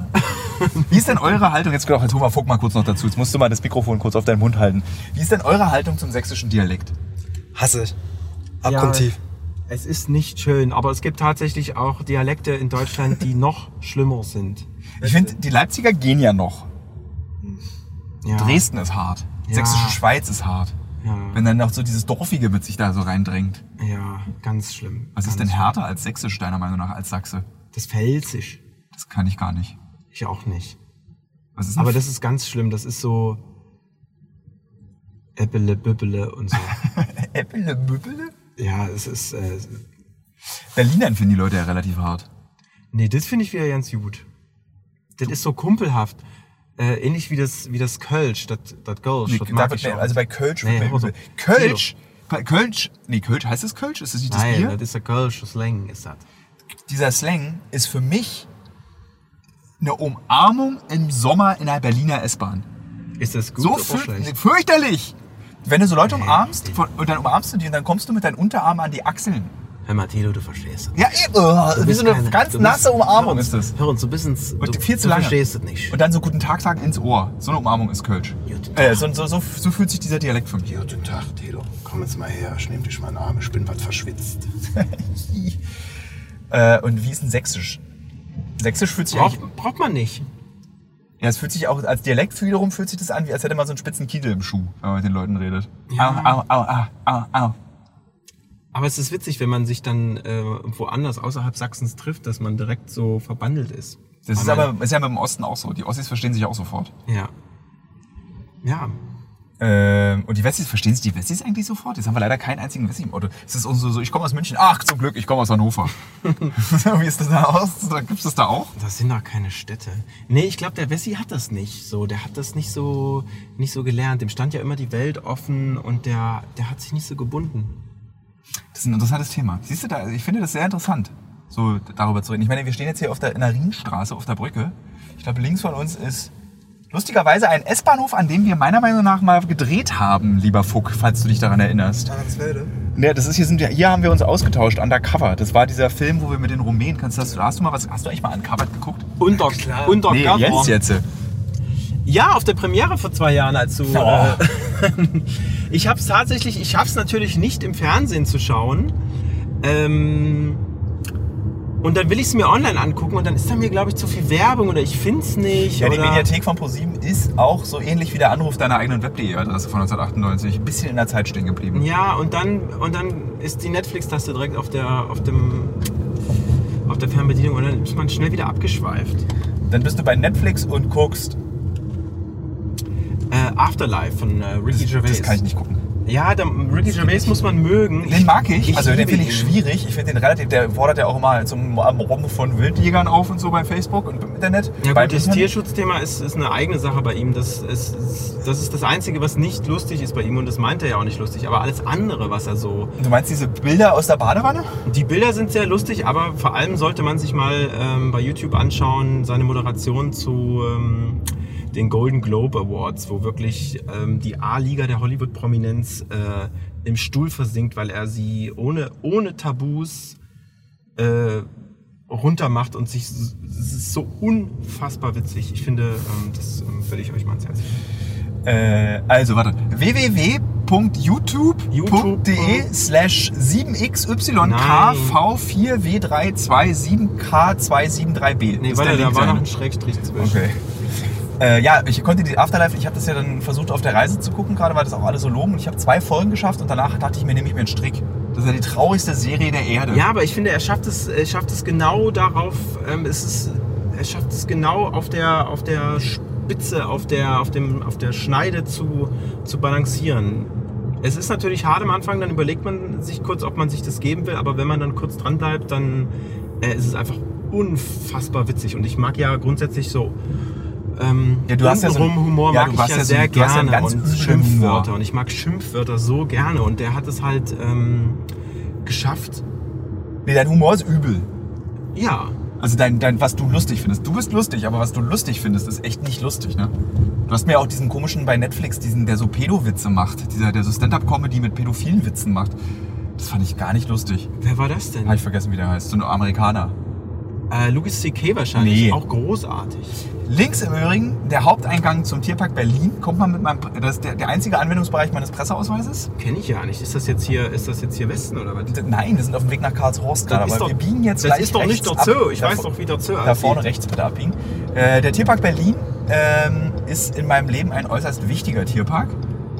Wie ist denn eure Haltung? Jetzt gehört auch Thomas Vogt mal kurz noch dazu. Jetzt musst du mal das Mikrofon kurz auf deinen Mund halten. Wie ist denn eure Haltung zum sächsischen Dialekt? Hasse ich. Ja, Abgrundtief. Es ist nicht schön, aber es gibt tatsächlich auch Dialekte in Deutschland, die noch schlimmer sind. Ich finde, die Leipziger gehen ja noch. Ja. Dresden ist hart. Ja. Sächsische Schweiz ist hart. Ja. Wenn dann noch so dieses Dorfige mit sich da so reindrängt. ja, ganz schlimm. Was ist denn ganz härter als Sächsisch, deiner Meinung nach, als Sachse? schlimm. Das Pfälzisch. Das kann ich gar nicht. Ich auch nicht. Was ist denn- Aber das ist ganz schlimm. Das ist so. Äppele, Büppele und so. Äppele, Büppele? ja, es ist. Äh, Berlinern finden die Leute ja relativ hart. nee, das finde ich wieder ganz gut. Das ist so kumpelhaft. Äh, ähnlich wie das, wie das Kölsch, das, das Kölsch. Nee, das da mag wird ich mehr- auch. also bei Kölsch. Nee, wird mehr also- übel. Kölsch? Bei Kölsch? Nee, Kölsch heißt es Kölsch? Ist das nicht das Nein, Bier? das ist der Kölsch, das Längen ist das. dieser Slang ist für mich eine Umarmung im Sommer in einer Berliner S-Bahn. Ist das gut So oder schlecht? für fürchterlich! Wenn du so Leute Nee. umarmst von, und dann umarmst du die und dann kommst du mit deinen Unterarmen an die Achseln. Hör mal, Tilo, du verstehst es. Ja, eh, äh, wie so eine ganz nasse Umarmung ist das. Hör uns, du bist ins, Und du, viel zu du lange. verstehst es nicht. Und dann so guten Tag sagen ins Ohr. So eine Umarmung ist Kölsch. Guten Äh, so, so, so, so fühlt sich dieser Dialekt für mich. Guten Tag, Telo. Komm jetzt mal her, ich nehm dich mal in den Arm, ich bin was verschwitzt. Äh, und wie ist denn Sächsisch? Sächsisch fühlt sich eigentlich, braucht, braucht man nicht. ja, es fühlt sich auch als Dialekt wiederum fühlt sich das an, wie als hätte man so einen spitzen Kittel im Schuh, wenn man mit den Leuten redet. Au, au, au, au, au, au. Aber es ist witzig, wenn man sich dann äh, woanders außerhalb Sachsens trifft, dass man direkt so verbandelt ist. Das ist Aber- aber ist ja mit dem Osten auch so. Die Ossis verstehen sich auch sofort. Ja. Ja. Ähm, und die Wessis, verstehen sich die Wessis eigentlich sofort? Jetzt haben wir leider keinen einzigen Wessi im Auto. Es ist so, so ich komme aus München. Ach, zum Glück, ich komme aus Hannover. Wie ist das da aus? Gibt es das da auch? Das sind doch keine Städte. Nee, ich glaube, der Wessi hat das nicht so. Der hat das nicht so, nicht so gelernt. Dem stand ja immer die Welt offen und der, der hat sich nicht so gebunden. Das ist ein interessantes Thema. Siehst du da, ich finde das sehr interessant, so darüber zu reden. Ich meine, wir stehen jetzt hier auf der, in der Rienstraße, auf der Brücke. Ich glaube, links von uns ist lustigerweise ein S-Bahnhof, an dem wir meiner Meinung nach mal gedreht haben, lieber Fuck, falls du dich daran erinnerst. Ahrensfelde. Ne, das ist hier sind wir, hier haben wir uns ausgetauscht, Undercover. Das war dieser Film, wo wir mit den Rumänen, kannst du das, hast du mal was, hast du eigentlich mal Uncovered geguckt? Unter, unter nee, Gabor. jetzt, jetzt. Ja, auf der Premiere vor zwei Jahren, als du. Ja. Äh, ich hab's tatsächlich, ich hab's natürlich nicht im Fernsehen zu schauen. Ähm, Und dann will ich es mir online angucken und dann ist da mir, glaube ich, zu viel Werbung oder ich finde es nicht. Ja, die oder Mediathek von ProSieben ist auch so ähnlich wie der Anruf deiner eigenen Web.de-Adresse von 1998 ein bisschen in der Zeit stehen geblieben. ja und, dann, und dann ist die Netflix-Taste direkt auf der, auf, dem, auf der Fernbedienung und dann ist man schnell wieder abgeschweift. Dann bist du bei Netflix und guckst. Äh, Afterlife von äh, Ricky Gervais. Das kann ich nicht gucken. Ja, der, Ricky Gervais muss man mögen. Den mag ich, also den liebe finde ich ihn. schwierig. Ich finde den relativ, der fordert ja auch mal zum Robben von Wildjägern auf und so bei Facebook und im Internet. Ja bei gut, das Büchern. Tierschutzthema ist, ist eine eigene Sache bei ihm. Das ist, ist- das ist das Einzige, was nicht lustig ist bei ihm und das meint er ja auch nicht lustig. Aber alles andere, was er so... Du meinst diese Bilder aus der Badewanne? Die Bilder sind sehr lustig, aber vor allem sollte man sich mal ähm, bei YouTube anschauen, seine Moderation zu ähm, den Golden Globe Awards, wo wirklich ähm, die A-Liga der Hollywood-Prominenz äh, im Stuhl versinkt, weil er sie ohne, ohne Tabus äh, runtermacht und sich s- es ist so unfassbar witzig. Ich finde, ähm, das ähm, würde ich euch mal ans Herz legen. Äh, also warte. www.youtube.de YouTube. slash 7xyKV4W327K273B. Nee, Das ist warte, der da Link war sein. noch ein Schrägstrich zwischen. Okay. Äh, ja, ich konnte die Afterlife, ich habe das ja dann versucht auf der Reise zu gucken, gerade weil das auch alle so loben. Und ich habe zwei Folgen geschafft und danach dachte ich mir, nehme ich mir einen Strick. Das ist ja die traurigste Serie der Erde. Ja, aber ich finde, er schafft es, er schafft es genau darauf, ähm, es ist, er schafft es genau auf der, auf der Spitze, auf der, auf dem, auf der Schneide zu, zu balancieren. Es ist natürlich hart am Anfang, dann überlegt man sich kurz, ob man sich das geben will, aber wenn man dann kurz dran bleibt, dann äh, ist es einfach unfassbar witzig. Und ich mag ja grundsätzlich so ähm, Ja, du hast ja so untenrum einen- Humor ja, mag du ich ja hast ja so- sehr du hast ja einen gerne ganz und üblen Schimpfwörter Humor. und ich mag Schimpfwörter so gerne und der hat es halt ähm, geschafft, Nee, dein Humor ist übel. ja, Also dein, dein, was du lustig findest. Du bist lustig, aber was du lustig findest, ist echt nicht lustig, ne? Du hast mir auch diesen komischen bei Netflix, diesen, der so Pedo-Witze macht. Dieser, der so Stand-Up-Comedy mit pädophilen Witzen macht. Das fand ich gar nicht lustig. wer war das denn? Habe ich vergessen, wie der heißt. So ein Amerikaner. Äh, Louis C.K. wahrscheinlich, Nee. auch großartig. Links im Übrigen, der Haupteingang zum Tierpark Berlin, kommt man mit meinem, das ist der, der einzige Anwendungsbereich meines Presseausweises. Kenne ich ja nicht. Ist das jetzt hier, ist das jetzt hier Westen oder was? D- Nein, wir sind auf dem Weg nach Karlshorst gerade, aber wir biegen jetzt das gleich ist doch nicht rechts der ab. Zoo. Ich Da weiß vor- doch, wie der Zoo Da aussieht. äh, vorne rechts bitte abbiegen. Äh, der Tierpark Berlin ähm, ist in meinem Leben ein äußerst wichtiger Tierpark,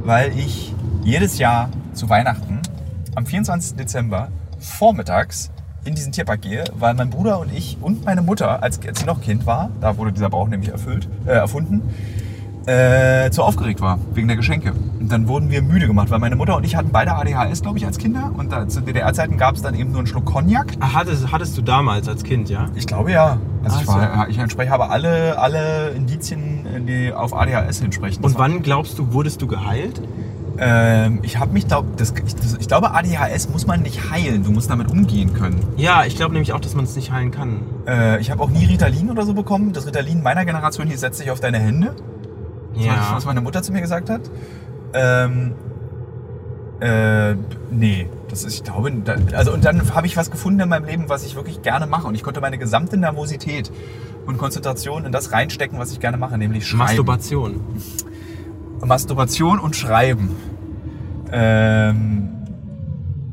weil ich jedes Jahr zu Weihnachten am 24. Dezember vormittags in diesen Tierpark gehe, weil mein Bruder und ich und meine Mutter, als, als sie noch Kind war, da wurde dieser Brauch nämlich erfüllt, äh, erfunden, äh, zu aufgeregt war wegen der Geschenke. Und dann wurden wir müde gemacht, weil meine Mutter und ich hatten beide ADHS, glaube ich, als Kinder. Und da, zu DDR-Zeiten gab es dann eben nur einen Schluck Cognac. Ah, hattest, hattest du damals als Kind, ja? Ich glaube ja. Also Ach ich, so. war, ich entspreche, habe alle, alle Indizien, äh, die auf ADHS hinsprechen. Das Und wann glaubst du, wurdest du geheilt? war- Ähm, ich habe mich, glaub, das, ich, das, ich glaube, ADHS muss man nicht heilen. Du musst damit umgehen können. Ja, ich glaube nämlich auch, dass man es nicht heilen kann. Äh, ich habe auch nie Ritalin oder so bekommen. Das Ritalin meiner Generation hier setzt sich auf deine Hände. Das war das, Ja. was meine Mutter zu mir gesagt hat. Ähm, äh, nee, das ist, ich glaube, da, also und dann habe ich was gefunden in meinem Leben, was ich wirklich gerne mache und ich konnte meine gesamte Nervosität und Konzentration in das reinstecken, was ich gerne mache, nämlich Schreiben. Masturbation. Masturbation und Schreiben. Ähm,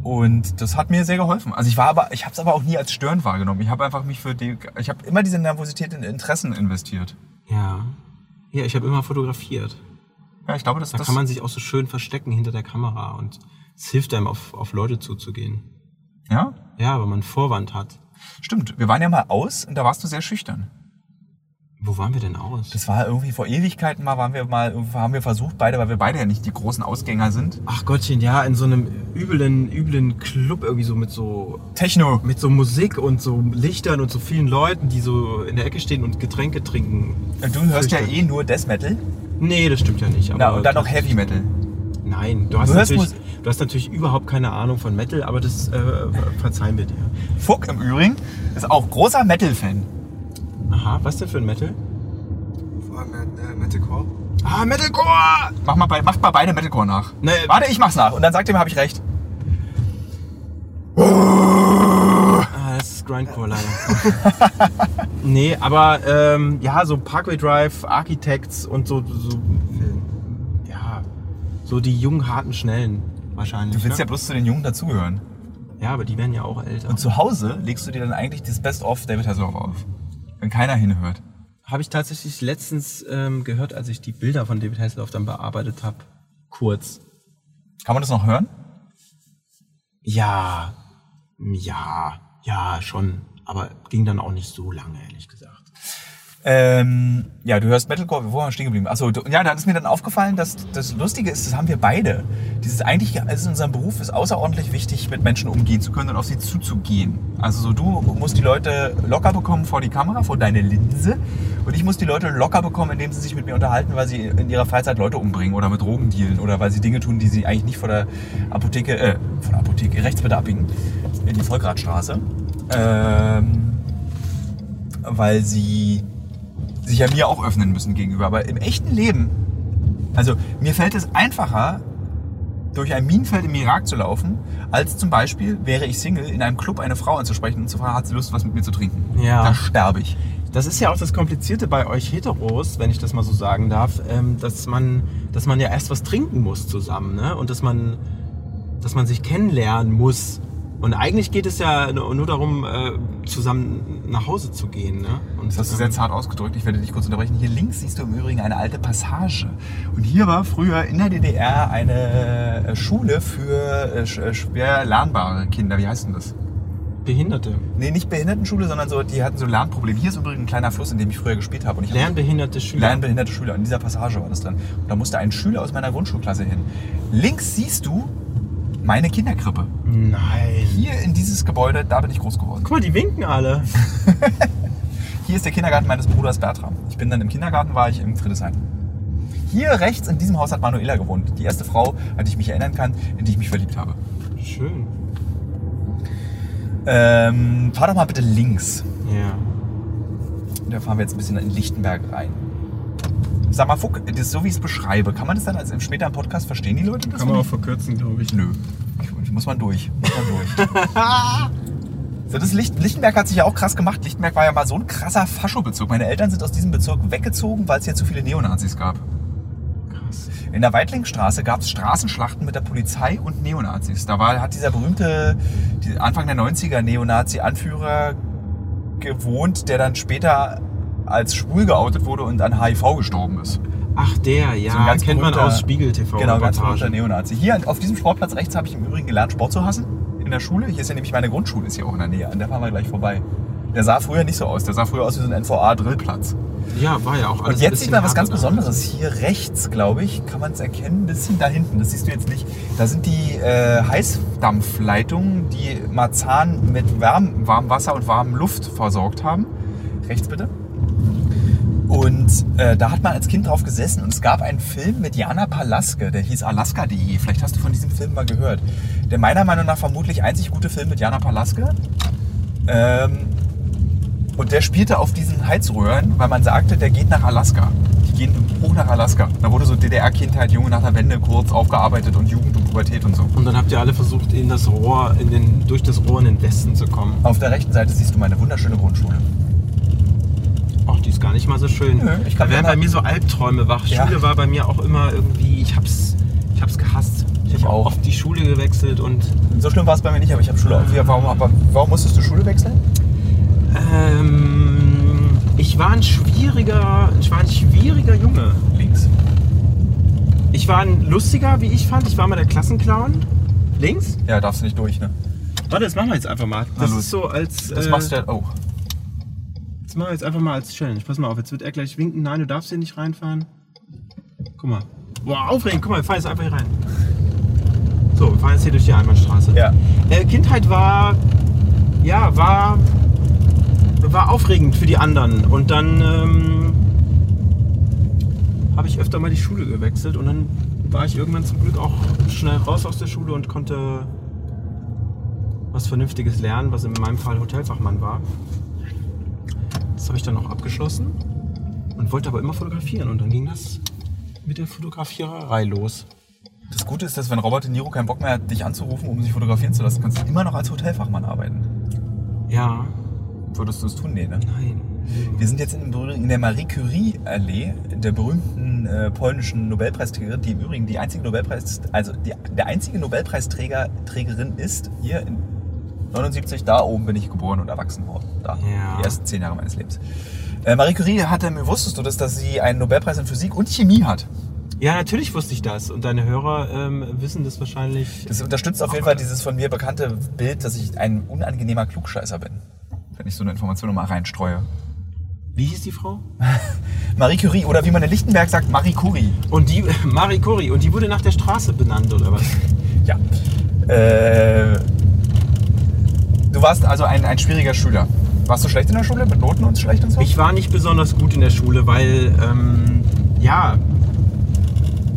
und das hat mir sehr geholfen. Also ich war aber, ich habe es aber auch nie als störend wahrgenommen. Ich habe einfach mich für die, ich habe immer diese Nervosität in Interessen investiert. Ja. Ja, ich habe immer fotografiert. Ja, ich glaube, das, Da das kann man sich auch so schön verstecken hinter der Kamera und es hilft einem, auf, auf Leute zuzugehen. ja, Ja, wenn man einen Vorwand hat. stimmt. Wir waren ja mal aus und da warst du sehr schüchtern. Wo waren wir denn aus? Das war irgendwie vor Ewigkeiten mal, waren wir mal, haben wir versucht beide, weil wir beide ja nicht die großen Ausgänger sind. Ach Gottchen, ja, in so einem üblen, üblen Club irgendwie so mit so Techno. mit so Musik und so Lichtern und so vielen Leuten, die so in der Ecke stehen und Getränke trinken. Du hörst ja Fürchterlich. eh nur Death Metal. Nee, das stimmt ja nicht. Na, und dann noch Heavy Metal. Nein, du hast, Du hörst natürlich, du hast natürlich überhaupt keine Ahnung von Metal, aber das äh, verzeihen wir dir. Fuck im Übrigen ist auch großer Metal-Fan. Aha, was denn für ein Metal? Vor allem äh, Metalcore. Ah, Metalcore! Mach mal bei, macht mal beide Metalcore nach. Nee. Warte, ich mach's nach. Und dann sagt ihr mir, habe ich recht. Ah, das ist Grindcore leider. nee, aber ähm, ja, so Parkway Drive, Architects und so, so ja, so die jungen, harten, schnellen wahrscheinlich. Du willst ja ne? bloß zu den Jungen dazugehören. Ja, aber die werden ja auch älter. Und zu Hause legst du dir dann eigentlich das Best-of David Hasselhoff auf. Wenn keiner hinhört. Habe ich tatsächlich letztens ähm, gehört, als ich die Bilder von David Hasselhoff dann bearbeitet habe. Kurz. Kann man das noch hören? Ja, ja, ja, schon. Aber ging dann auch nicht so lange, ehrlich gesagt. Ähm, ja, du hörst Metalcore, wo waren wir stehen geblieben? Achso, du- ja, da ist mir dann aufgefallen, dass das Lustige ist, das haben wir beide. Dieses eigentlich, also in unserem Beruf ist außerordentlich wichtig, mit Menschen umgehen zu können und auf sie zuzugehen. Also so, du musst die Leute locker bekommen vor die Kamera, vor deine Linse. Und ich muss die Leute locker bekommen, indem sie sich mit mir unterhalten, weil sie in ihrer Freizeit Leute umbringen oder mit Drogen dealen oder weil sie Dinge tun, die sie eigentlich nicht vor der Apotheke, äh, vor der Apotheke, rechts bitte abbiegen, in die Volkradstraße. Ähm, weil sie sich ja mir auch öffnen müssen gegenüber. Aber im echten Leben, also mir fällt es einfacher, durch ein Minenfeld im Irak zu laufen, als zum Beispiel, wäre ich Single, in einem Club eine Frau anzusprechen und zu fragen, hat sie Lust, was mit mir zu trinken? Ja. Da sterbe ich. Das ist ja auch das Komplizierte bei euch Heteros, wenn ich das mal so sagen darf, ähm, dass, man, dass man ja erst was trinken muss zusammen ne? und dass man, dass man sich kennenlernen muss. Und eigentlich geht es ja nur nur darum, äh, zusammen nach Hause zu gehen. Ne? Und, Das hast du ähm, sehr zart ausgedrückt. Ich werde dich kurz unterbrechen. Hier links siehst du im Übrigen eine alte Passage. Und hier war früher in der DDR eine äh, Schule für äh, sch- äh, schwer lernbare Kinder. Wie heißt denn das? Behinderte. Nee, nicht Behindertenschule, sondern so, die hatten so Lernprobleme. Hier ist übrigens ein kleiner Fluss, in dem ich früher gespielt habe. Und ich habe Lernbehinderte Schüler. Lernbehinderte Schüler. In dieser Passage war das drin. Und da musste ein Schüler aus meiner Grundschulklasse hin. Links siehst du meine Kinderkrippe. Nein. Hier in dieses Gebäude, da bin ich groß geworden. Guck mal, die winken alle. Hier ist der Kindergarten meines Bruders Bertram. Ich bin dann im Kindergarten, war ich im Friedesheim. Hier rechts in diesem Haus hat Manuela gewohnt. Die erste Frau, an die ich mich erinnern kann, in die ich mich verliebt habe. Schön. Ähm, fahr doch mal bitte links. Ja. Da fahren wir jetzt ein bisschen in Lichtenberg rein. Sag mal, Fuck, das, so wie ich es beschreibe, kann man das dann als im späteren Podcast verstehen, die Leute? Das oder? verkürzen, glaube ich. Nö. Ich- Muss man durch. Muss man durch. so, das Licht, Lichtenberg hat sich ja auch krass gemacht. Lichtenberg war ja mal so ein krasser Faschobezirk. Meine Eltern sind aus diesem Bezirk weggezogen, weil es hier zu viele Neonazis gab. Krass. In der Weitlingstraße gab es Straßenschlachten mit der Polizei und Neonazis. Da war, hat dieser berühmte die- Anfang der 90er Neonazi-Anführer gewohnt, der dann später als schwul geoutet wurde und an HIV gestorben ist. Ach, der, ja. So ein ganz kennt man berühmter- aus Spiegel TV. Genau, ganz verrückter Neonazi. Hier an- auf diesem Sportplatz rechts habe ich im Übrigen gelernt, Sport zu hassen. In der Schule. Hier ist ja nämlich meine Grundschule, ist hier auch in der Nähe. An der fahren wir gleich vorbei. Der sah früher nicht so aus. Der sah früher aus wie so ein NVA-Drillplatz. Ja, war ja auch alles Und ein jetzt sieht bisschen man was ganz härter damals. Besonderes. Hier rechts, glaube ich, kann man es erkennen, ein bisschen da hinten. Das siehst du jetzt nicht. Da sind die äh, Heißdampfleitungen, die Marzahn mit warm, warmem Wasser und warmen Luft versorgt haben. Rechts bitte. Und äh, da hat man als Kind drauf gesessen und es gab einen Film mit Jana Palaske, der hieß Alaska.de. Vielleicht hast du von diesem Film mal gehört. Der meiner Meinung nach vermutlich einzig gute Film mit Jana Palaske. Ähm, und der spielte auf diesen Heizröhren, weil man sagte, der geht nach Alaska. Die gehen hoch nach Alaska. Da wurde so DDR-Kindheit, Junge nach der Wende kurz aufgearbeitet und Jugend und Pubertät und so. Und dann habt ihr alle versucht, in das Rohr, in den, durch das Rohr in den Westen zu kommen. Auf der rechten Seite siehst du meine wunderschöne Grundschule. Ach, die ist gar nicht mal so schön. Nö, ich da kann werden ja- bei mir so Albträume wach. Ja. Schule war bei mir auch immer irgendwie, ich hab's, ich hab's gehasst. Ich Ich habe auch auch. oft die Schule gewechselt und So schlimm war es bei mir nicht, aber ich habe Schule auf. Warum, aber warum musstest du Schule wechseln? ähm, ich war ein schwieriger, ich war ein schwieriger Junge. Links. Ich war ein lustiger, wie ich fand. Ich war mal der Klassenclown. Links? Ja, darfst du nicht durch, ne? Warte, das machen wir jetzt einfach mal. Na Das los. ist so als. Das äh, machst du ja auch. Das machen wir jetzt einfach mal als Challenge. Pass mal auf, jetzt wird er gleich winken. Nein, du darfst hier nicht reinfahren. Guck mal. Boah, aufregend. Guck mal, wir fahren jetzt einfach hier rein. So, wir fahren jetzt hier durch die Einbahnstraße. Ja. Äh, Kindheit war. Ja, war. War aufregend für die anderen. Und dann. Ähm, habe ich öfter mal die Schule gewechselt und dann war ich irgendwann zum Glück auch schnell raus aus der Schule und konnte was Vernünftiges lernen, was in meinem Fall Hotelfachmann war. Das habe ich dann auch abgeschlossen und wollte aber immer fotografieren. Und dann ging das mit der Fotografiererei los. Das Gute ist, dass wenn Robert De Niro keinen Bock mehr hat, dich anzurufen, um sich fotografieren zu lassen, kannst du immer noch als Hotelfachmann arbeiten. Ja, Würdest du es tun? Nee, ne? nein. Wir sind jetzt in, Berührung- in der Marie Curie-Allee, der berühmten äh, polnischen Nobelpreisträgerin, die im Übrigen die einzige Nobelpreis, also die, der einzige Nobelpreisträger Trägerin ist hier in 79, da oben bin ich geboren und erwachsen worden. Da, Ja. die ersten zehn Jahre meines Lebens. Äh, Marie Curie hatte, wusstest du das, dass sie einen Nobelpreis in Physik und Chemie hat? Ja, natürlich wusste ich das. Und deine Hörer ähm, wissen das wahrscheinlich. Das unterstützt auf jeden Fall dieses von mir bekannte Bild, dass ich ein unangenehmer Klugscheißer bin. Wenn ich so eine Information nochmal reinstreue. Wie hieß die Frau? Marie Curie, oder wie man in Lichtenberg sagt, Marie Curie. Und die, Marie Curie. Und die wurde nach der Straße benannt, oder was? Ja. Äh, du warst also ein, ein schwieriger Schüler. Warst du schlecht in der Schule? Mit Noten und schlecht und so? Ich war nicht besonders gut in der Schule, weil ähm, ja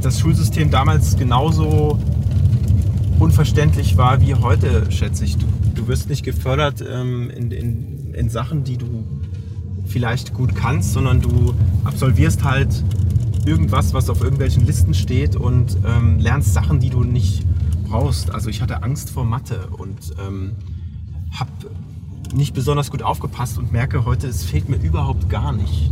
das Schulsystem damals genauso unverständlich war wie heute, schätze ich. Du, du wirst nicht gefördert ähm, in, in, in Sachen, die du vielleicht gut kannst, sondern du absolvierst halt irgendwas, was auf irgendwelchen Listen steht und ähm, lernst Sachen, die du nicht brauchst. Also ich hatte Angst vor Mathe und ähm, habe nicht besonders gut aufgepasst und merke heute, es fehlt mir überhaupt gar nicht.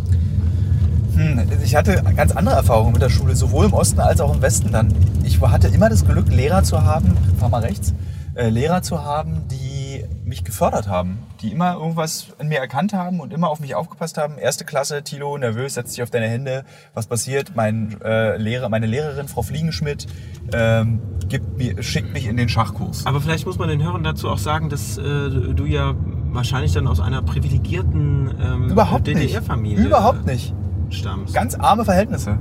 Hm, ich hatte ganz andere Erfahrungen mit der Schule, sowohl im Osten als auch im Westen dann. Ich hatte immer das Glück, Lehrer zu haben, fahr mal rechts, äh, Lehrer zu haben, die mich gefördert haben, die immer irgendwas in mir erkannt haben und immer auf mich aufgepasst haben. Erste Klasse, Tilo, nervös, setz dich auf deine Hände. Was passiert? Mein, äh, Lehrer, meine Lehrerin, Frau Fliegenschmidt, ähm, gibt mir, schickt mich in den Schachkurs. Aber vielleicht muss man den Hörern dazu auch sagen, dass äh, du ja wahrscheinlich dann aus einer privilegierten ähm, Überhaupt nicht. DDR-Familie Überhaupt nicht. äh, stammst. Ganz arme Verhältnisse.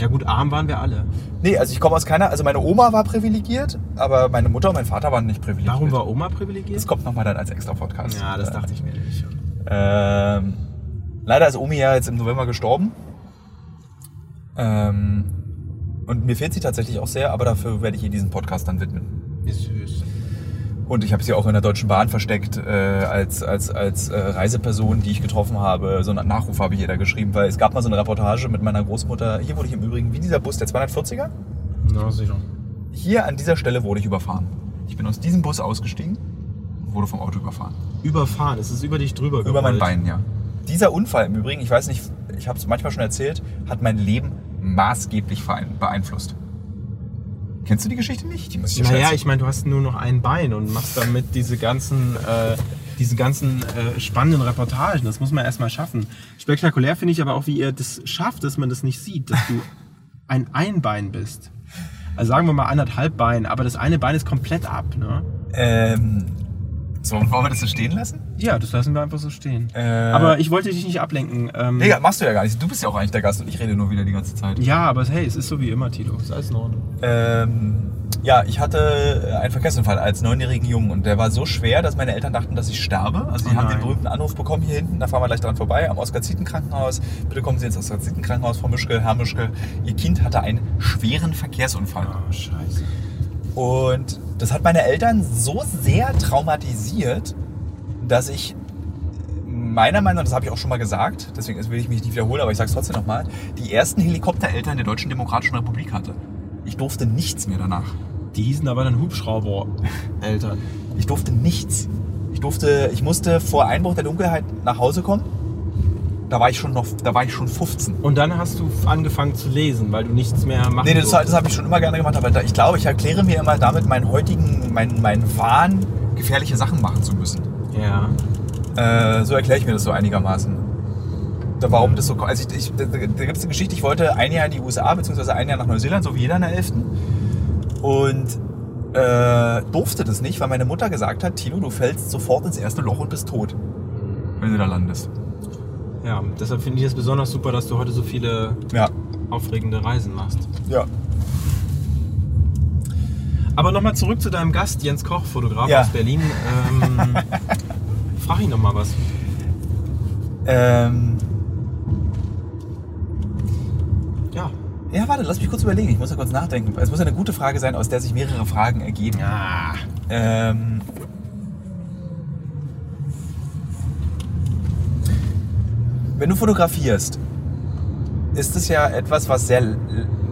Ja gut, arm waren wir alle. Nee, also ich komme aus keiner, also meine Oma war privilegiert, aber meine Mutter und mein Vater waren nicht privilegiert. Warum war Oma privilegiert? Das kommt nochmal dann als extra Podcast. Ja, das dachte ich mir nicht. Ähm, leider ist Omi ja jetzt im November gestorben. Ähm, und mir fehlt sie tatsächlich auch sehr, aber dafür werde ich ihr diesen Podcast dann widmen. Wie süß. Und ich habe sie auch in der Deutschen Bahn versteckt, äh, als, als, als äh, Reiseperson, die ich getroffen habe. So einen Nachruf habe ich ihr da geschrieben, weil es gab mal so eine Reportage mit meiner Großmutter. Hier wurde ich im Übrigen, wie dieser Bus, der 240er, Na sicher. hier an dieser Stelle wurde ich überfahren. Ich bin aus diesem Bus ausgestiegen und wurde vom Auto überfahren. Überfahren, es ist über dich drüber Über mein gerollt. Bein, ja. Dieser Unfall im Übrigen, ich weiß nicht, ich habe es manchmal schon erzählt, hat mein Leben maßgeblich verein- beeinflusst. Kennst du die Geschichte nicht? Die muss ich dir schon Naja, erzählen. ich meine, du hast nur noch ein Bein und machst damit diese ganzen, äh, diese ganzen äh, spannenden Reportagen. Das muss man erstmal schaffen. Spektakulär finde ich aber auch, wie ihr das schafft, dass man das nicht sieht, dass du ein Einbein bist. Also sagen wir mal anderthalb Bein, aber das eine Bein ist komplett ab. Ne? Ähm, so, wollen wir das so stehen lassen? Ja, das lassen wir einfach so stehen. Äh. aber ich wollte dich nicht ablenken. Ähm, Nee, machst du ja gar nicht. Du bist ja auch eigentlich der Gast und ich rede nur wieder die ganze Zeit. ja, aber hey, es ist so wie immer, Tilo. Ist alles in Ordnung. Ähm, ja, ich hatte einen Verkehrsunfall als neunjährigen Jungen und der war so schwer, dass meine Eltern dachten, dass ich sterbe. Also die Oh haben den nein. berühmten Anruf bekommen hier hinten, da fahren wir gleich dran vorbei, am Oskar-Zieten-Krankenhaus. Bitte kommen Sie ins Oskar-Zieten-Krankenhaus, Frau Mischke, Herr Mischke. Ihr Kind hatte einen schweren Verkehrsunfall. Oh, scheiße. Und das hat meine Eltern so sehr traumatisiert, dass ich meiner Meinung nach, das habe ich auch schon mal gesagt, deswegen will ich mich nicht wiederholen, aber ich sage es trotzdem nochmal, die ersten Helikoptereltern der Deutschen Demokratischen Republik hatte. Ich durfte nichts mehr danach. Die hießen aber dann Hubschrauber-Eltern. Ich durfte nichts. Ich durfte, ich musste vor Einbruch der Dunkelheit nach Hause kommen. Da war ich schon noch, da war ich schon 15. Und dann hast du angefangen zu lesen, weil du nichts mehr machen Nee, das, halt- durftest. das habe ich schon immer gerne gemacht, aber da, ich glaube, ich erkläre mir immer damit meinen heutigen, meinen, meinen Wahn, gefährliche Sachen machen zu müssen. Ja. Äh, so erkläre ich mir das so einigermaßen. Da, warum das so kommt. Also ich, ich, da, da gibt es eine Geschichte, ich wollte ein Jahr in die USA, beziehungsweise ein Jahr nach Neuseeland, so wie jeder in der 11. Und äh, durfte das nicht, weil meine Mutter gesagt hat, Tilo, du fällst sofort ins erste Loch und bist tot, wenn du da landest. Ja, deshalb finde ich es besonders super, dass du heute so viele Ja, aufregende Reisen machst. ja. Aber nochmal zurück zu deinem Gast, Jens Koch, Fotograf Ja. aus Berlin. Ähm, frag ihn nochmal was. Ähm, Ja. ja, warte, lass mich kurz überlegen. Ich muss ja kurz nachdenken. Es muss ja eine gute Frage sein, aus der sich mehrere Fragen ergeben. Ah. Ähm, wenn du fotografierst, ist es ja etwas, was sehr l-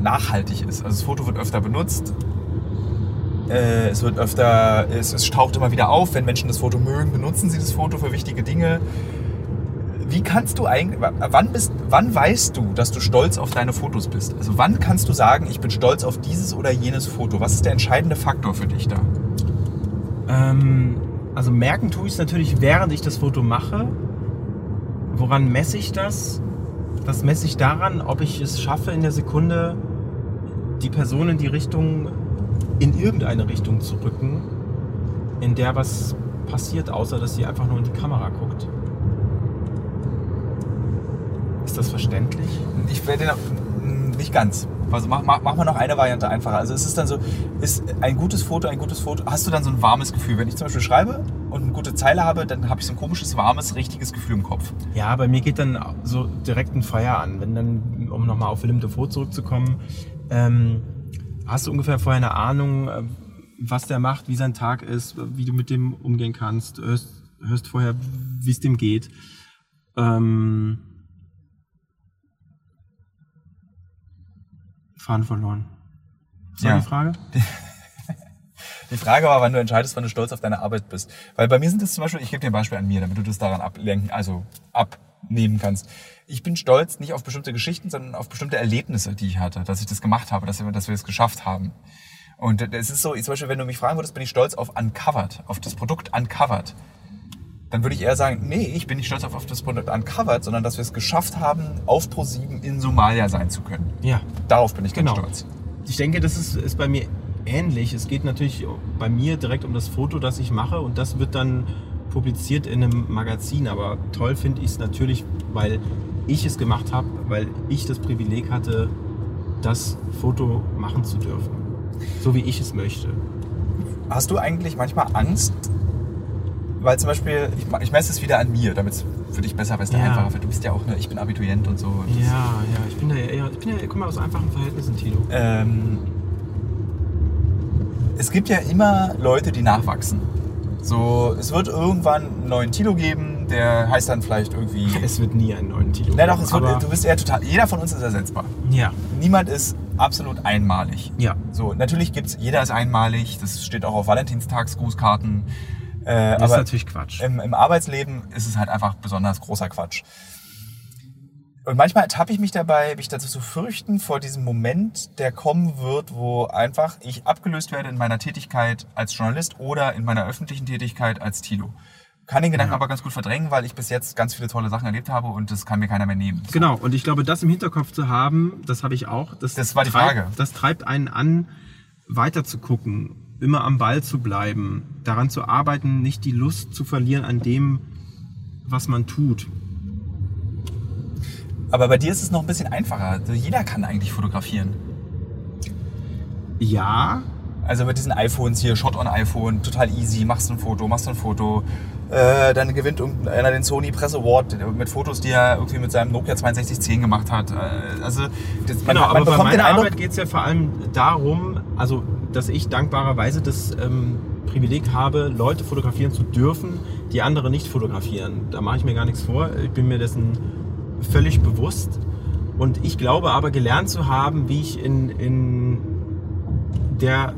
nachhaltig ist. Also das Foto wird öfter benutzt. Äh, Es wird öfter, es, es taucht immer wieder auf. Wenn Menschen das Foto mögen, benutzen sie das Foto für wichtige Dinge. Wie kannst du eigentlich, wa- wann, bist, wann weißt du, dass du stolz auf deine Fotos bist? Also wann kannst du sagen, ich bin stolz auf dieses oder jenes Foto? Was ist der entscheidende Faktor für dich da? Ähm, also merken tue ich es natürlich, während ich das Foto mache. Woran messe ich das? Das messe ich daran, ob ich es schaffe, in der Sekunde die Person in die Richtung, in irgendeine Richtung zu rücken, in der was passiert, außer dass sie einfach nur in die Kamera guckt. Ist das verständlich? Ich werde hm, nicht ganz. Also mach, mach, mach mal noch eine Variante einfacher. Also es ist dann so, ist ein gutes Foto, ein gutes Foto, hast du dann so ein warmes Gefühl. Wenn ich zum Beispiel schreibe und eine gute Zeile habe, dann habe ich so ein komisches, warmes, richtiges Gefühl im Kopf. Ja, bei mir geht dann so direkt ein Feuer an. Wenn dann, um nochmal auf Willem Dafoe zurückzukommen, ähm, hast du ungefähr vorher eine Ahnung, äh, was der macht, wie sein Tag ist, wie du mit dem umgehen kannst, hörst, hörst vorher, wie es dem geht. Ähm, Fahren verloren. Das war Ja. die Frage? Die Frage war, wann du entscheidest, wann du stolz auf deine Arbeit bist. Weil bei mir sind es zum Beispiel, ich gebe dir ein Beispiel an mir, damit du das daran ablenken, also abnehmen kannst. Ich bin stolz nicht auf bestimmte Geschichten, sondern auf bestimmte Erlebnisse, die ich hatte, dass ich das gemacht habe, dass wir, dass wir es geschafft haben. Und es ist so, zum Beispiel, wenn du mich fragen würdest, bin ich stolz auf Uncovered, auf das Produkt Uncovered, dann würde ich eher sagen, nee, ich bin nicht stolz auf, auf das Produkt Uncovered, sondern dass wir es geschafft haben, auf ProSieben in Somalia sein zu können. Ja. Darauf bin ich ganz Genau. stolz. Ich denke, das ist, ist bei mir ähnlich. Es geht natürlich bei mir direkt um das Foto, das ich mache und das wird dann publiziert in einem Magazin. Aber toll finde ich es natürlich, weil ich es gemacht habe, weil ich das Privileg hatte, das Foto machen zu dürfen. So wie ich es möchte. Hast du eigentlich manchmal Angst? Weil zum Beispiel, ich, ich messe es wieder an mir, damit es für dich besser wäre, Ja. einfacher wird. Du bist ja auch, ne, ich bin Abiturient und so. Und das- Ja, ja, ich bin da ja eher, ich bin ja, komm mal aus einfachen Verhältnissen, Tilo. Ähm, es gibt ja immer Leute, die nachwachsen. So, es wird irgendwann einen neuen Tilo geben, der heißt dann vielleicht irgendwie. Es wird nie einen neuen Tilo. Na doch, es Aber- wird, du bist ja total. Jeder von uns ist ersetzbar. Ja, Niemand ist absolut einmalig. ja. So, natürlich gibt's, jeder ist einmalig, das steht auch auf Valentinstagsgrußkarten. Äh, Das ist natürlich Quatsch. im, im Arbeitsleben ist es halt einfach besonders großer Quatsch. Und manchmal ertappe ich mich dabei, mich dazu zu fürchten vor diesem Moment, der kommen wird, wo einfach ich abgelöst werde in meiner Tätigkeit als Journalist oder in meiner öffentlichen Tätigkeit als Tilo. Kann den Gedanken aber ganz gut verdrängen, weil ich bis jetzt ganz viele tolle Sachen erlebt habe und das kann mir keiner mehr nehmen. Genau, und ich glaube, das im Hinterkopf zu haben, das habe ich auch. Das, Das war die treibt, Frage. Das treibt einen an, weiter zu gucken, immer am Ball zu bleiben, daran zu arbeiten, nicht die Lust zu verlieren an dem, was man tut. Aber bei dir ist es noch ein bisschen einfacher. Also Jeder kann eigentlich fotografieren. Ja, Also mit diesen iPhones hier, Shot-on-iPhone, total easy, machst ein Foto, machst ein Foto. Äh, dann gewinnt irgendeiner den Sony Press Award mit Fotos, die er irgendwie mit seinem Nokia 6210 gemacht hat. Äh, also das, man, man genau, aber bei bekommt den meiner Eindruck, Arbeit geht es ja vor allem darum, also dass ich dankbarerweise das ähm, Privileg habe, Leute fotografieren zu dürfen, die andere nicht fotografieren. Da mache ich mir gar nichts vor. Ich bin mir dessen völlig bewusst. Und ich glaube aber gelernt zu haben, wie ich in, in der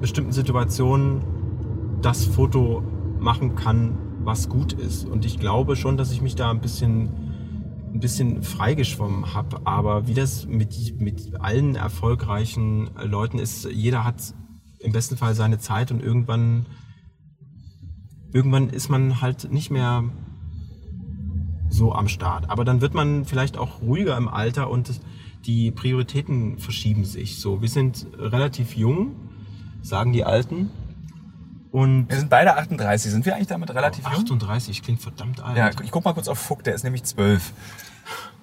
bestimmten Situation das Foto machen kann, was gut ist. Und ich glaube schon, dass ich mich da ein bisschen ein bisschen freigeschwommen habe. Aber wie das mit, mit allen erfolgreichen Leuten ist, jeder hat im besten Fall seine Zeit und irgendwann, irgendwann ist man halt nicht mehr so am Start. Aber dann wird man vielleicht auch ruhiger im Alter und die Prioritäten verschieben sich. So, wir sind relativ jung, sagen die Alten. Und wir sind beide 38, sind wir eigentlich damit relativ jung? 38 klingt verdammt alt. Ja, ich guck mal kurz auf Fuck, der ist nämlich 12.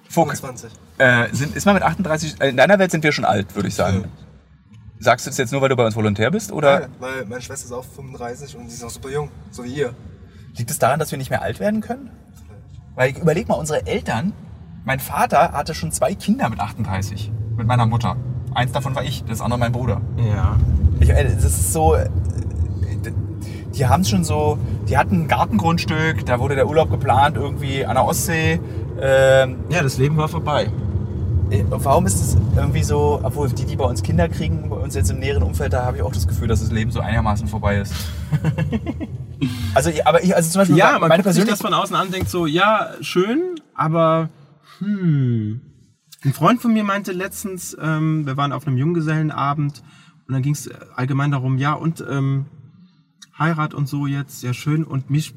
Fuck, 25. äh, sind, ist man mit 38, äh, in deiner Welt sind wir schon alt, würde ich sagen. Sagst du das jetzt nur, weil du bei uns Volontär bist oder Ja, weil meine Schwester ist auch 35 und sie ist noch super jung. So wie ihr. liegt es daran, dass wir nicht mehr alt werden können? Weil ich überleg mal, unsere Eltern, mein Vater hatte schon zwei Kinder mit 38, mit meiner Mutter. Eins davon war ich, das andere mein Bruder. ja. Ich, äh, das ist so, äh, d- die haben schon so, die hatten ein Gartengrundstück, da wurde der Urlaub geplant irgendwie an der Ostsee. Ähm, ja, das Leben war vorbei. äh, warum ist es irgendwie so, obwohl die, die bei uns Kinder kriegen, bei uns jetzt im näheren Umfeld, da habe ich auch das Gefühl, dass das Leben so einigermaßen vorbei ist. also, ich- aber ich, also zum Beispiel Ja, meine man guckt sich persönliche- das von außen an und denkt so, ja, schön, aber hm. Ein Freund von mir meinte letztens, ähm, äh, wir waren auf einem Junggesellenabend und dann ging es allgemein darum, ja, und ähm, Heirat und so jetzt, ja schön. Und mich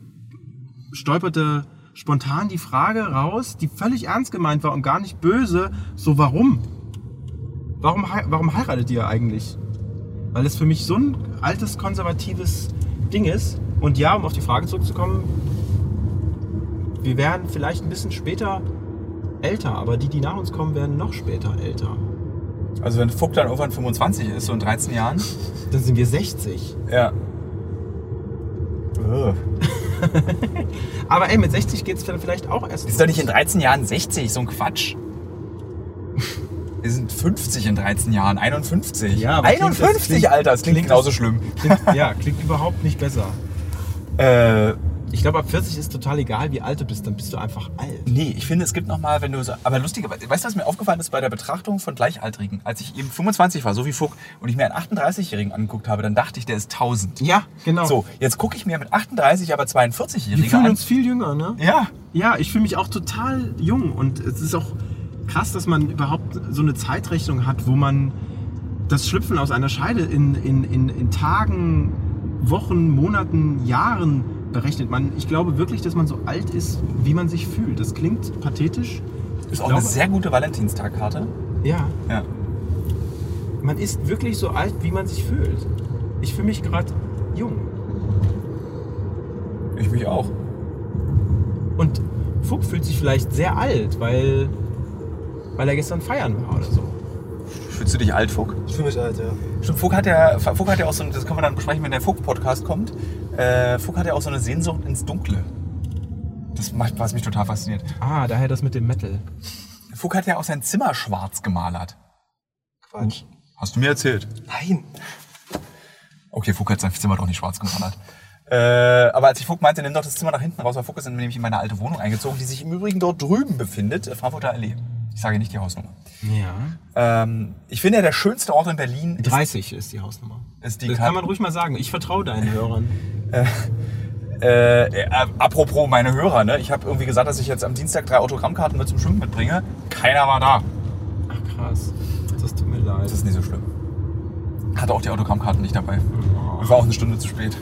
stolperte spontan die Frage raus, die völlig ernst gemeint war und gar nicht böse, so warum? Warum, hei- warum heiratet ihr eigentlich? Weil es für mich so ein altes, konservatives Ding ist. Und ja, um auf die Frage zurückzukommen, wir werden vielleicht ein bisschen später älter, aber die, die nach uns kommen, werden noch später älter. Also wenn Fuck dann irgendwann 25 ist, so in 13 Jahren. Dann sind wir 60. Ja. Aber ey, mit 60 geht's vielleicht auch erst. Ist doch nicht in 13 Jahren 60, so ein Quatsch. Wir sind 50 in 13 Jahren, 51. Ja, aber klingt das- 51, klingt- Alter, das klingt, klingt genauso das- schlimm. Klingt, ja, klingt überhaupt nicht besser. Äh, Ich glaube, ab 40 ist total egal, wie alt du bist, dann bist du einfach alt. nee, ich finde, es gibt nochmal, wenn du so. Aber lustigerweise, weißt du, was mir aufgefallen ist bei der Betrachtung von Gleichaltrigen? Als ich eben 25 war, so wie Fuck, und ich mir einen 38-Jährigen angeguckt habe, dann dachte ich, der ist 1000. Ja, genau. So, jetzt gucke ich mir mit 38, aber Wir 42-Jährigen fühlen an. uns viel jünger, ne? Ja. Ja, ich fühle mich auch total jung und es ist auch krass, dass man überhaupt so eine Zeitrechnung hat, wo man das Schlüpfen aus einer Scheide in, in, in, in Tagen, Wochen, Monaten, Jahren berechnet. Man, ich glaube wirklich, dass man so alt ist, wie man sich fühlt. Das klingt pathetisch. Ist Ich auch eine glaube- sehr gute Valentinstagkarte. Ja, Ja. man ist wirklich so alt, wie man sich fühlt. Ich fühle mich gerade jung. Ich mich auch. Und Fuchs fühlt sich vielleicht sehr alt, weil, weil er gestern feiern war oder so. Fühlst du dich alt, Fuck? Ich fühle mich alt, ja. Stimmt, Vogt hat ja, Vogt hat ja auch so, ein- das können wir dann besprechen, wenn der Vogt-Podcast kommt. Äh, Vogt hat ja auch so eine Sehnsucht ins Dunkle. Das macht, was mich total fasziniert. Ah, daher das mit dem Metal. Vogt hat ja auch sein Zimmer schwarz gemalert. Quatsch. Hast du mir erzählt? Nein. Okay, Vogt hat sein Zimmer doch nicht schwarz gemalert. Äh, aber als ich Vogt meinte, nimm doch das Zimmer nach hinten raus, weil Vogt ist nämlich in meine alte Wohnung eingezogen, die sich im Übrigen dort drüben befindet, äh, Frankfurter Allee. Ich sage nicht die Hausnummer. Ja. Ähm, ich finde ja, der schönste Ort in Berlin ist 30 ist die Hausnummer. Ist die das Kat- kann man ruhig mal sagen. Ich vertraue deinen Hörern. Äh, äh, apropos meine Hörer, ne? ich habe irgendwie gesagt, dass ich jetzt am Dienstag drei Autogrammkarten mit zum Schwimmen mitbringe. Keiner war da. Ach krass. Das tut mir leid. Das ist nicht so schlimm. Hatte auch die Autogrammkarten nicht dabei. Oh, Ich war auch eine Stunde zu spät.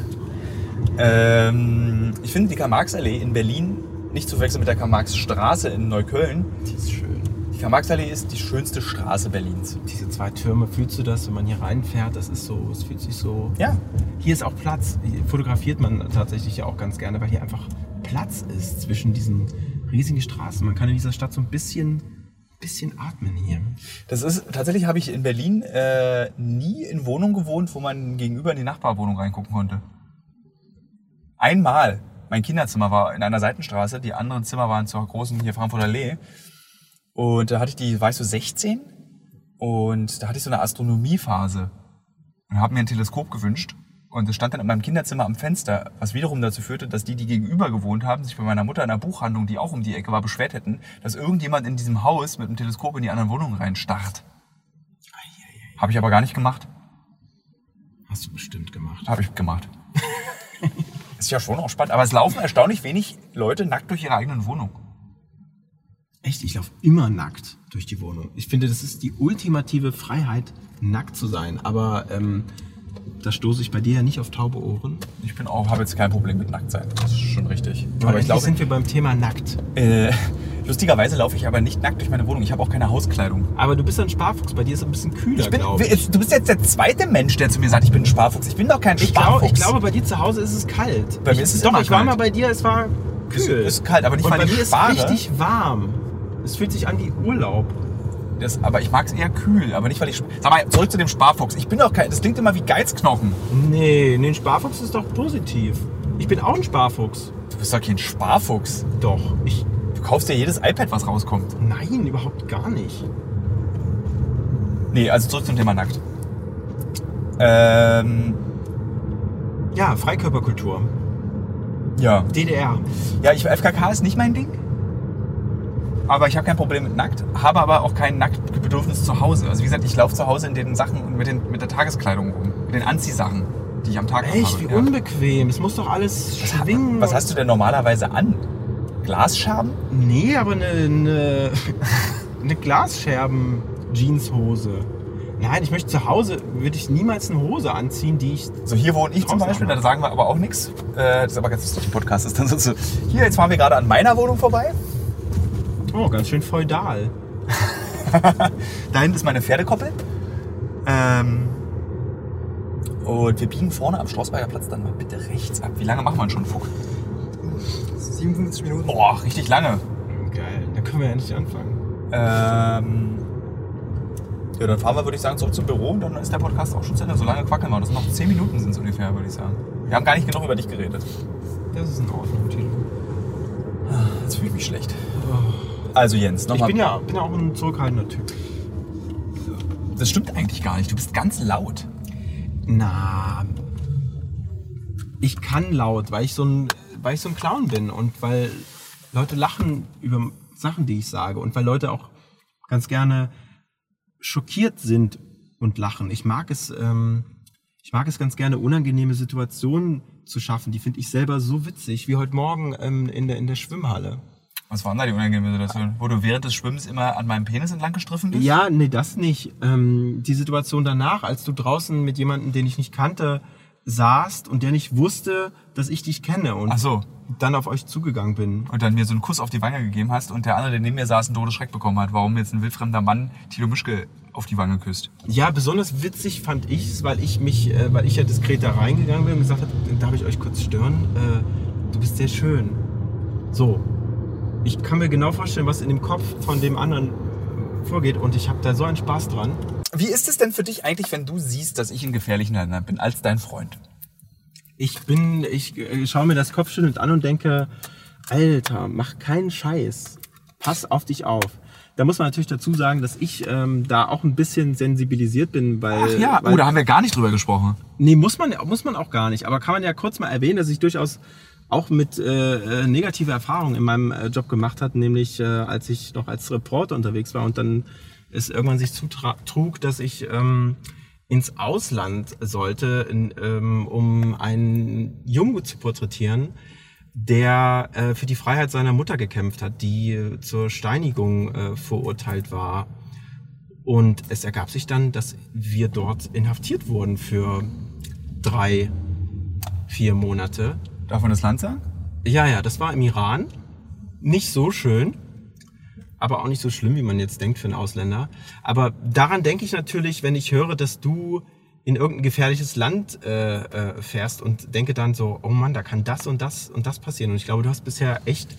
Ähm, ich finde die Karl-Marx-Allee in Berlin nicht zu verwechseln mit der Karl-Marx-Straße in Neukölln. die ist schön. Die Karl-Marx-Allee ist die schönste Straße Berlins. Diese zwei Türme, fühlst du das, wenn man hier reinfährt? Das ist so, es fühlt sich so. Ja. Hier ist auch Platz. Hier fotografiert man tatsächlich ja auch ganz gerne, weil hier einfach Platz ist zwischen diesen riesigen Straßen. Man kann in dieser Stadt so ein bisschen, bisschen atmen hier. Das ist, tatsächlich habe ich in Berlin äh, nie in Wohnungen gewohnt, wo man gegenüber in die Nachbarwohnung reingucken konnte. Einmal. Mein Kinderzimmer war in einer Seitenstraße, die anderen Zimmer waren zur großen hier Frankfurter Allee. Und da hatte ich die, weißt du, 16 und da hatte ich so eine Astronomiephase und habe mir ein Teleskop gewünscht. Und es stand dann in meinem Kinderzimmer am Fenster, was wiederum dazu führte, dass die, die gegenüber gewohnt haben, sich bei meiner Mutter in einer Buchhandlung, die auch um die Ecke war, beschwert hätten, dass irgendjemand in diesem Haus mit dem Teleskop in die anderen Wohnungen reinstarrt. Habe ich aber gar nicht gemacht. Hast du bestimmt gemacht. Habe ich gemacht. Ist ja schon auch spannend. Aber es laufen erstaunlich wenig Leute nackt durch ihre eigenen Wohnung. Echt, ich laufe immer nackt durch die Wohnung. Ich finde, das ist die ultimative Freiheit, nackt zu sein. Aber ähm, da stoße ich bei dir ja nicht auf taube Ohren. Ich bin auch, habe jetzt kein Problem mit Nacktsein. Das ist schon richtig. Aber ich glaube, sind wir beim Thema nackt. äh, lustigerweise laufe ich aber nicht nackt durch meine Wohnung. Ich habe auch keine Hauskleidung. Aber du bist ein Sparfuchs, bei dir ist es ein bisschen kühler, Ich bin, glaube ich. du bist jetzt der zweite Mensch, der zu mir sagt, ich bin ein Sparfuchs. Ich bin doch kein Ich, glaub, Sparfuchs. ich glaube, bei dir zu Hause ist es kalt. Bei mir ich, ist es Doch, immer ich war kalt. mal bei dir, es war Es kühl. ist kalt, aber nicht, Und weil bei ich mir ist spare. es richtig warm. Es fühlt sich an wie Urlaub. das, aber ich mag es eher kühl. Aber nicht, weil ich. Sag mal, zurück zu dem Sparfuchs. Ich bin doch kein. Das klingt immer wie Geizknochen. Nee, nee, ein Sparfuchs ist doch positiv. Ich bin auch ein Sparfuchs. Du bist doch kein Sparfuchs. Doch, ich... Du kaufst dir jedes iPad, was rauskommt. Nein, überhaupt gar nicht. Nee, also zurück zum Thema nackt. Ähm, Ja, Freikörperkultur. ja. DDR. Ja, ich, FKK ist nicht mein Ding. Aber ich habe kein Problem mit nackt, habe aber auch kein Nacktbedürfnis zu Hause. Also wie gesagt, ich laufe zu Hause in den Sachen und mit, den, mit der Tageskleidung rum. Mit den Anziehsachen, die ich am Tag noch Echt, habe. wie Ja. unbequem. Es muss doch alles schwingen. Was hast du denn normalerweise an? Glasscherben? Nee, aber eine, eine, eine Glasscherben-Jeanshose. Nein, ich möchte zu Hause, würde ich niemals eine Hose anziehen, die ich... So hier wohne ich zum Draußen Beispiel, haben wir. da sagen wir aber auch nichts. Äh, das ist aber ganz lustig, im Podcast ist dann so, so. Hier, jetzt fahren wir gerade an meiner Wohnung vorbei. Oh, ganz schön feudal. Da hinten ist meine Pferdekoppel. Ähm, und wir biegen vorne am Schlossberger Platz dann mal bitte rechts ab. Wie lange machen wir schon, Fuck? 57 Minuten. Boah, richtig lange. Geil, dann können wir ja endlich anfangen. Ähm, ja, dann fahren wir, würde ich sagen, zurück zum Büro und dann ist der Podcast auch schon zu Ende. So lange quackeln wir. Und Das sind noch 10 Minuten sind es ungefähr, würde ich sagen. Wir haben gar nicht genug über dich geredet. Das ist in Ordnung, Tilo. Jetzt fühle ich mich schlecht. Also Jens, Ich nochmal. bin ja, bin ja auch ein zurückhaltender Typ. Das stimmt eigentlich gar nicht. Du bist ganz laut. Na, ich kann laut, weil ich so ein, weil ich so ein Clown bin und weil Leute lachen über Sachen, die ich sage und weil Leute auch ganz gerne schockiert sind und lachen. Ich mag es, ähm, ich mag es ganz gerne, unangenehme Situationen zu schaffen. Die finde ich selber so witzig, wie heute Morgen ähm, in der in der Schwimmhalle. Was waren da die unangenehmen Situationen? Wo du während des Schwimmens immer an meinem Penis entlang gestriffen bist? Ja, nee, das nicht. Ähm, die Situation danach, als du draußen mit jemandem, den ich nicht kannte, saßt und der nicht wusste, dass ich dich kenne und Ach so. dann auf euch zugegangen bin. Und dann mir so einen Kuss auf die Wange gegeben hast und der andere, der neben mir saß, einen toten Schreck bekommen hat, warum jetzt ein wildfremder Mann Tilo Mischke auf die Wange küsst. Ja, besonders witzig fand ich es, weil ich mich, äh, weil ich ja diskret da reingegangen bin und gesagt habe, darf ich euch kurz stören? Äh, du bist sehr schön. So. Ich kann mir genau vorstellen, was in dem Kopf von dem anderen vorgeht und ich habe da so einen Spaß dran. Wie ist es denn für dich eigentlich, wenn du siehst, dass ich in gefährlichen Ländern bin, als dein Freund? Ich bin, ich äh, schaue mir das Kopfschüttelnd an und denke, Alter, mach keinen Scheiß. Pass auf dich auf. Da muss man natürlich dazu sagen, dass ich ähm, da auch ein bisschen sensibilisiert bin, weil. Ach ja, weil, oh, da haben wir gar nicht drüber gesprochen. Nee, muss man, muss man auch gar nicht. Aber kann man ja kurz mal erwähnen, dass ich durchaus auch mit äh, äh, negativer Erfahrung in meinem äh, Job gemacht hat, nämlich äh, als ich noch als Reporter unterwegs war und dann es irgendwann sich zutrug, dass ich ähm, ins Ausland sollte, in, ähm, um einen Jungen zu porträtieren, der äh, für die Freiheit seiner Mutter gekämpft hat, die äh, zur Steinigung äh, verurteilt war. Und es ergab sich dann, dass wir dort inhaftiert wurden für drei, vier Monate. Darf man das Land sagen? Ja, ja, das war im Iran. Nicht so schön, aber auch nicht so schlimm, wie man jetzt denkt für einen Ausländer. Aber daran denke ich natürlich, wenn ich höre, dass du in irgendein gefährliches Land äh, äh, fährst und denke dann so, oh Mann, da kann das und das und das passieren. Und ich glaube, du hast bisher echt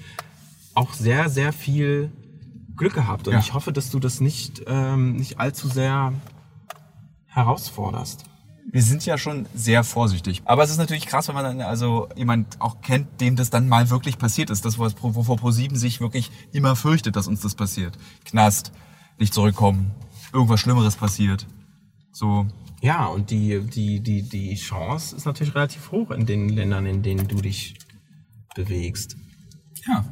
auch sehr, sehr viel Glück gehabt. Und Ja. ich hoffe, dass du das nicht, ähm, nicht allzu sehr herausforderst. Wir sind ja schon sehr vorsichtig. Aber es ist natürlich krass, wenn man dann also jemand auch kennt, dem das dann mal wirklich passiert ist. Das, was Pro- wovor Pro7 sich wirklich immer fürchtet, dass uns das passiert. Knast, nicht zurückkommen, irgendwas Schlimmeres passiert. So, Ja, und die, die, die, die Chance ist natürlich relativ hoch in den Ländern, in denen du dich bewegst. ja.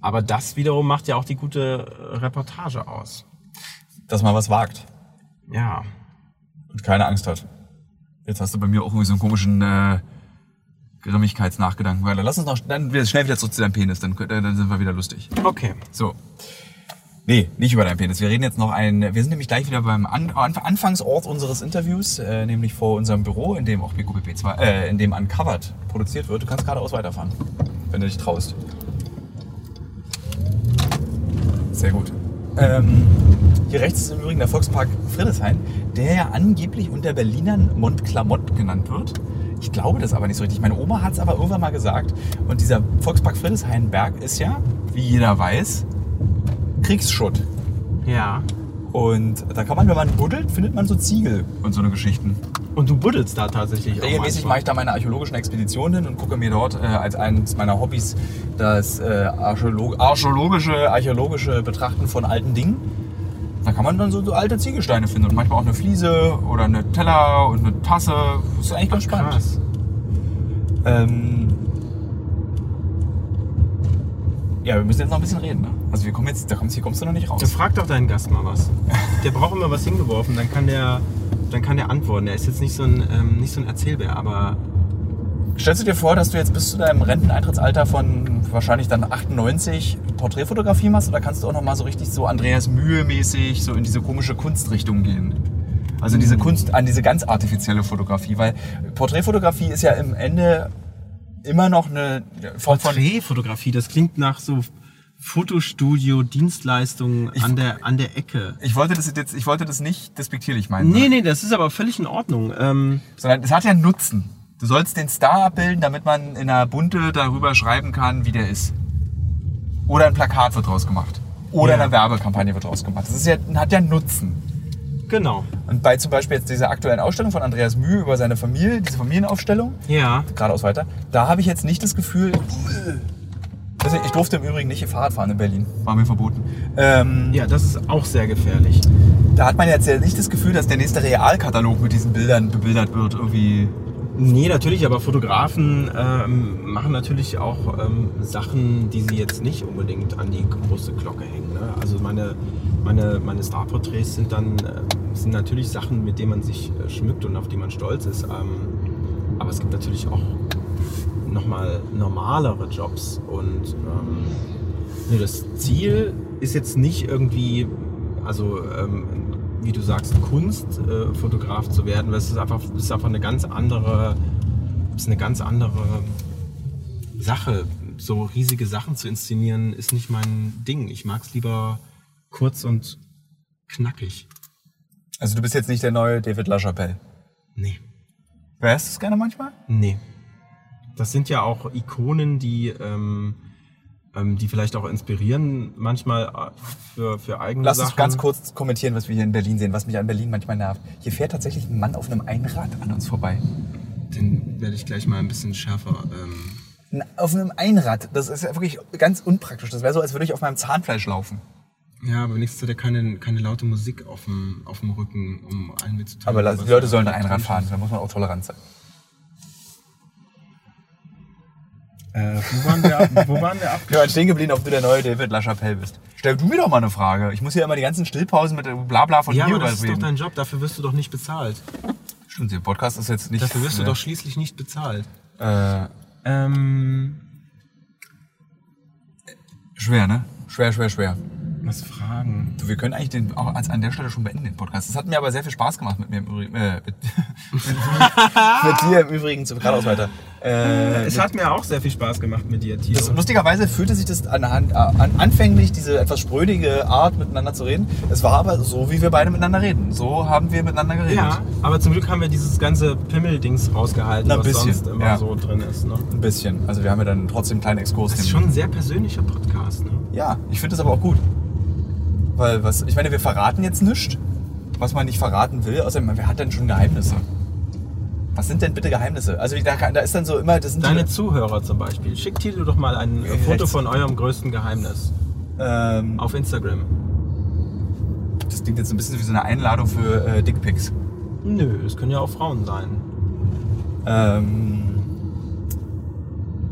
Aber das wiederum macht ja auch die gute äh, Reportage aus. Dass man was wagt Ja. und keine Angst hat. Jetzt hast du bei mir auch irgendwie so einen komischen äh, Grimmigkeitsnachgedanken. Weiter. Lass uns noch dann wieder- schnell wieder zurück zu deinem Penis, dann, könnt- dann sind wir wieder lustig. Okay. So. Nee, nicht über deinen Penis. Wir reden jetzt noch ein. Wir sind nämlich gleich wieder beim An Anf- Anfangsort unseres Interviews, äh, nämlich vor unserem Büro, in dem auch BQPP 2, äh, in dem Uncovered produziert wird. Du kannst geradeaus weiterfahren, wenn du dich traust. Sehr gut. Ähm, hier rechts ist im Übrigen der Volkspark Friedrichshain, der ja angeblich unter Berlinern Montclamotte genannt wird. Ich glaube das aber nicht so richtig. Meine Oma hat es aber irgendwann mal gesagt. Und dieser Volkspark Friedrichshain-Berg ist ja, wie jeder weiß, Kriegsschutt. Ja. Und da kann man, wenn man buddelt, findet man so Ziegel und so eine Geschichten. Und du buddelst da tatsächlich Regelmäßig manchmal. mache ich da meine archäologischen Expeditionen hin und gucke mir dort äh, als eines meiner Hobbys das äh, Archäolo archäologische, archäologische Betrachten von alten Dingen. Da kann man dann so, so alte Ziegelsteine finden und manchmal auch eine Fliese oder eine Teller und eine Tasse. Das ist eigentlich ganz spannend. Krass. Ähm ja, wir müssen jetzt noch ein bisschen reden. Ne? Also wir kommen jetzt, da kommst, hier kommst du noch nicht Dann raus. frag doch deinen Gast mal was. Der braucht immer was hingeworfen, dann kann der, dann kann der antworten. Der ist jetzt nicht so ein, ähm, nicht so ein Erzählbär, aber Stellst du dir vor, dass du jetzt bis zu deinem Renteneintrittsalter von wahrscheinlich dann 98 Porträtfotografie machst oder kannst du auch noch mal so richtig so Andreas Mühe-mäßig so in diese komische Kunstrichtung gehen? Also in diese Kunst, an diese ganz artifizielle Fotografie, weil Porträtfotografie ist ja im Ende immer noch eine Form von Porträtfotografie, das klingt nach so Fotostudio, Dienstleistungen an der, an der Ecke. ich wollte das jetzt, ich wollte das nicht despektierlich meinen, Nee, nee, das ist aber völlig in Ordnung. Ähm, sondern es hat ja einen Nutzen. Du sollst den Star abbilden, damit man in einer Bunte darüber schreiben kann, wie der ist. Oder ein Plakat wird draus gemacht. Oder eine Werbekampagne wird draus gemacht. Das ist ja, hat ja einen Nutzen. genau. Und bei zum Beispiel jetzt dieser aktuellen Ausstellung von Andreas Mühe über seine Familie, diese Familienaufstellung, Ja. geradeaus weiter, da habe ich jetzt nicht das Gefühl. Also ich durfte im Übrigen nicht Fahrrad fahren in Berlin. War mir verboten. Ähm, Ja, das ist auch sehr gefährlich. Da hat man jetzt ja nicht das Gefühl, dass der nächste Realkatalog mit diesen Bildern bebildert wird. Irgendwie. Nee, natürlich, aber Fotografen ähm, machen natürlich auch ähm, Sachen, die sie jetzt nicht unbedingt an die große Glocke hängen. Ne? Also meine, meine, meine Starporträts sind dann äh, sind natürlich Sachen, mit denen man sich äh, schmückt und auf die man stolz ist. Ähm, aber es gibt natürlich auch nochmal normalere Jobs. Und ähm, nee, das Ziel ist jetzt nicht irgendwie, also ähm, wie du sagst, Kunstfotograf äh, Fotograf zu werden, weil es ist einfach, es ist einfach eine ganz andere, es ist eine ganz andere Sache. So riesige Sachen zu inszenieren, ist nicht mein Ding. Ich mag es lieber kurz und knackig. Also du bist jetzt nicht der neue David LaChapelle. Nee. Wärst du es gerne manchmal? Nee. Das sind ja auch Ikonen, die, ähm, ähm, die vielleicht auch inspirieren, manchmal äh, für, für eigene Lass Sachen. uns ganz kurz kommentieren, was wir hier in Berlin sehen, was mich an Berlin manchmal nervt. Hier fährt tatsächlich ein Mann auf einem Einrad an uns vorbei. Den werde ich gleich mal ein bisschen schärfer. Ähm, N- Auf einem Einrad, das ist ja wirklich ganz unpraktisch. Das wäre so, als würde ich auf meinem Zahnfleisch laufen. ja, aber wenigstens hat er keine, keine laute Musik auf dem, auf dem Rücken, um allen mitzuteilen. Aber la- was die Leute er sollen da Einrad dran fahren, da muss man auch tolerant sein. tut. Äh, wo waren wir, wo waren wir ab? Ich bin stehen geblieben, ob du der neue David LaChapelle bist. Stell du mir doch mal eine Frage. Ich muss hier immer die ganzen Stillpausen mit Blabla von Ja, hier aber das ist doch überreden. dein Job, dafür wirst du doch nicht bezahlt. Stimmt, der Podcast ist jetzt nicht... Dafür wirst du äh, doch schließlich nicht bezahlt. Äh, Ähm, schwer, ne? Schwer, schwer, schwer. was fragen? Du, wir können eigentlich den auch als, an der Stelle schon beenden, den Podcast. Es hat mir aber sehr viel Spaß gemacht mit mir im Übrigen. Äh, mit, mit dir im Übrigen zum geradeaus weiter. Äh, Es hat mir auch sehr viel Spaß gemacht mit dir, Tilo. das, Also lustigerweise fühlte sich das anhand, äh, an, anfänglich, diese etwas sprödige Art, miteinander zu reden. Es war aber so, wie wir beide miteinander reden. So haben wir miteinander geredet. Ja, aber zum Glück haben wir dieses ganze Pimmel-Dings rausgehalten, Na, was bisschen, sonst immer ja. so drin ist. Ne? Ein bisschen. Also wir haben ja dann trotzdem einen kleinen Exkurs. Das ist hin- schon ein sehr persönlicher Podcast. Ne? ja, ich finde das aber auch gut. Weil, was, ich meine, wir verraten jetzt nichts, was man nicht verraten will. Außerdem, wer hat denn schon Geheimnisse? Was sind denn bitte Geheimnisse? Also, da, kann- da ist dann so immer, das sind Deine so, Zuhörer zum Beispiel, schickt Tilo doch mal ein äh, Rechts. Foto von eurem größten Geheimnis ähm, auf Instagram. Das klingt jetzt ein bisschen wie so eine Einladung für äh, Dickpics. Nö, das können ja auch Frauen sein. Ähm,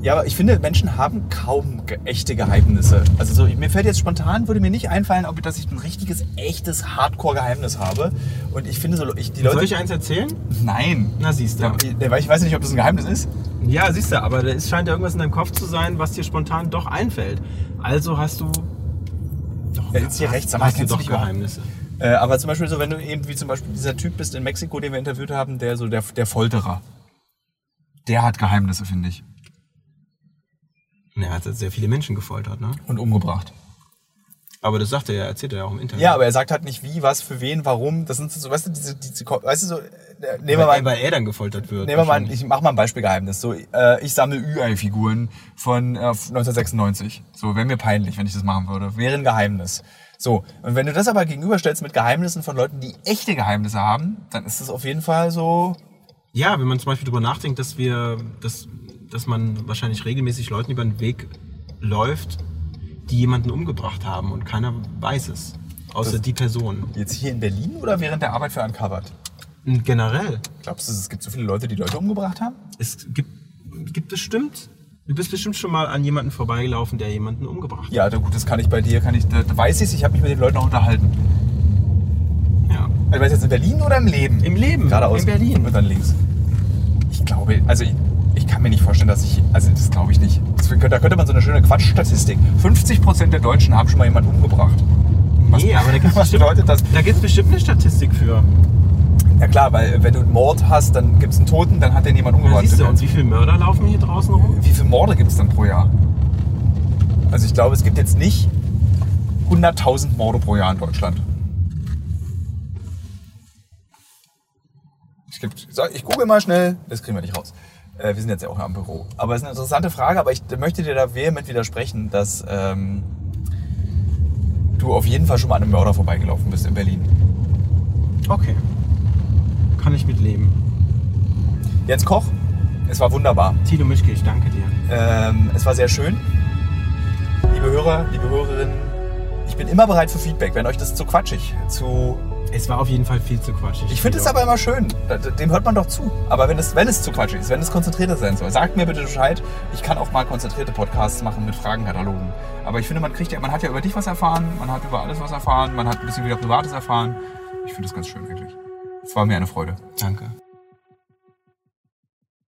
ja, aber ich finde, Menschen haben kaum ge echte Geheimnisse. Also so, mir fällt jetzt spontan, würde mir nicht einfallen, ob dass ich ein richtiges, echtes Hardcore-Geheimnis habe. Und ich finde so, ich, die Leute... Soll ich eins erzählen? nein. Na, siehst du. Ja, weil ich weiß nicht, ob das ein Geheimnis ist. Ja, siehst du, aber es scheint ja irgendwas in deinem Kopf zu sein, was dir spontan doch einfällt. Also hast du doch, Ja, jetzt hier hast- rechts, aber hast du kennst du doch nicht überhaupt? Geheimnisse. Äh, aber zum Beispiel so, wenn du eben wie zum Beispiel dieser Typ bist in Mexiko, den wir interviewt haben, der so der, der Folterer. Der hat Geheimnisse, finde ich. Na, Er hat sehr viele Menschen gefoltert, ne? Und umgebracht. Aber das sagt er ja, erzählt er ja auch im Internet. Ja, aber er sagt halt nicht wie, was, für wen, warum. Das sind so, weißt du, diese, diese Ko- weißt du so, äh, nehmen wir mal, weil, nehmen weil er dann gefoltert wird. wir mal, ein- wahrscheinlich. ich mach mal ein Beispielgeheimnis. So, äh, ich sammle Ü-Ei-Figuren von äh, 1996. So, wäre mir peinlich, wenn ich das machen würde. Wäre ein Geheimnis. So, und wenn du das aber gegenüberstellst mit Geheimnissen von Leuten, die echte Geheimnisse haben, dann ist das auf jeden Fall so, Ja, wenn man zum Beispiel darüber nachdenkt, dass wir, dass, dass man wahrscheinlich regelmäßig Leuten über den Weg läuft, die jemanden umgebracht haben und keiner weiß es. Außer die Person. Jetzt hier in Berlin oder während der Arbeit für Uncovered? Und Generell. Glaubst du, es gibt so viele Leute, die Leute umgebracht haben? Es gibt, gibt bestimmt. Du bist bestimmt schon mal an jemanden vorbeigelaufen, der jemanden umgebracht hat. Ja, da- gut, das kann ich bei dir, kann ich, da, da weiß ich ich habe mich mit den Leuten auch unterhalten. Ja. Also, weißt du jetzt in Berlin oder im Leben? Im Leben. Geradeaus. In Berlin. Und dann links. Ich glaube, also ich, ich kann mir nicht vorstellen, dass ich, also das glaube ich nicht. Das, könnte- da könnte man so eine schöne Quatschstatistik. 50% der Deutschen haben schon mal jemanden umgebracht. Was, Nee, aber da gibt's was bestimmt- bedeutet das? Da gibt es bestimmt eine Statistik für. Ja klar, weil äh, wenn du einen Mord hast, dann gibt es einen Toten, dann hat den jemand Da umgebracht. siehst du, und wie viele Mörder laufen hier draußen rum? Wie viele Morde gibt es dann pro Jahr? Also ich glaube, es gibt jetzt nicht 100.000 Morde pro Jahr in Deutschland. Es gibt, so, ich google mal schnell, das kriegen wir nicht raus. Äh, wir sind jetzt ja auch am Büro. Aber es ist eine interessante Frage, aber ich möchte dir da vehement widersprechen, dass ähm, du auf jeden Fall schon mal an einem Mörder vorbeigelaufen bist in Berlin. Okay. Kann ich mitleben. Jens Koch, es war wunderbar. Tilo Mischke, ich danke dir. Ähm, es war sehr schön. Liebe Hörer, liebe Hörerinnen, ich bin immer bereit für Feedback, wenn euch das zu quatschig, zu... Es war auf jeden Fall viel zu quatschig. Ich finde es aber immer schön, Da- da- dem hört man doch zu. Aber wenn es, wenn es zu quatschig ist, wenn es konzentrierter sein soll, sagt mir bitte Bescheid. Ich kann auch mal konzentrierte Podcasts machen mit Fragenkatalogen. Aber ich finde, man kriegt ja, man hat ja über dich was erfahren, man hat über alles was erfahren, man hat ein bisschen wieder Privates erfahren. Ich finde das ganz schön eigentlich. Es war mir eine Freude. Danke.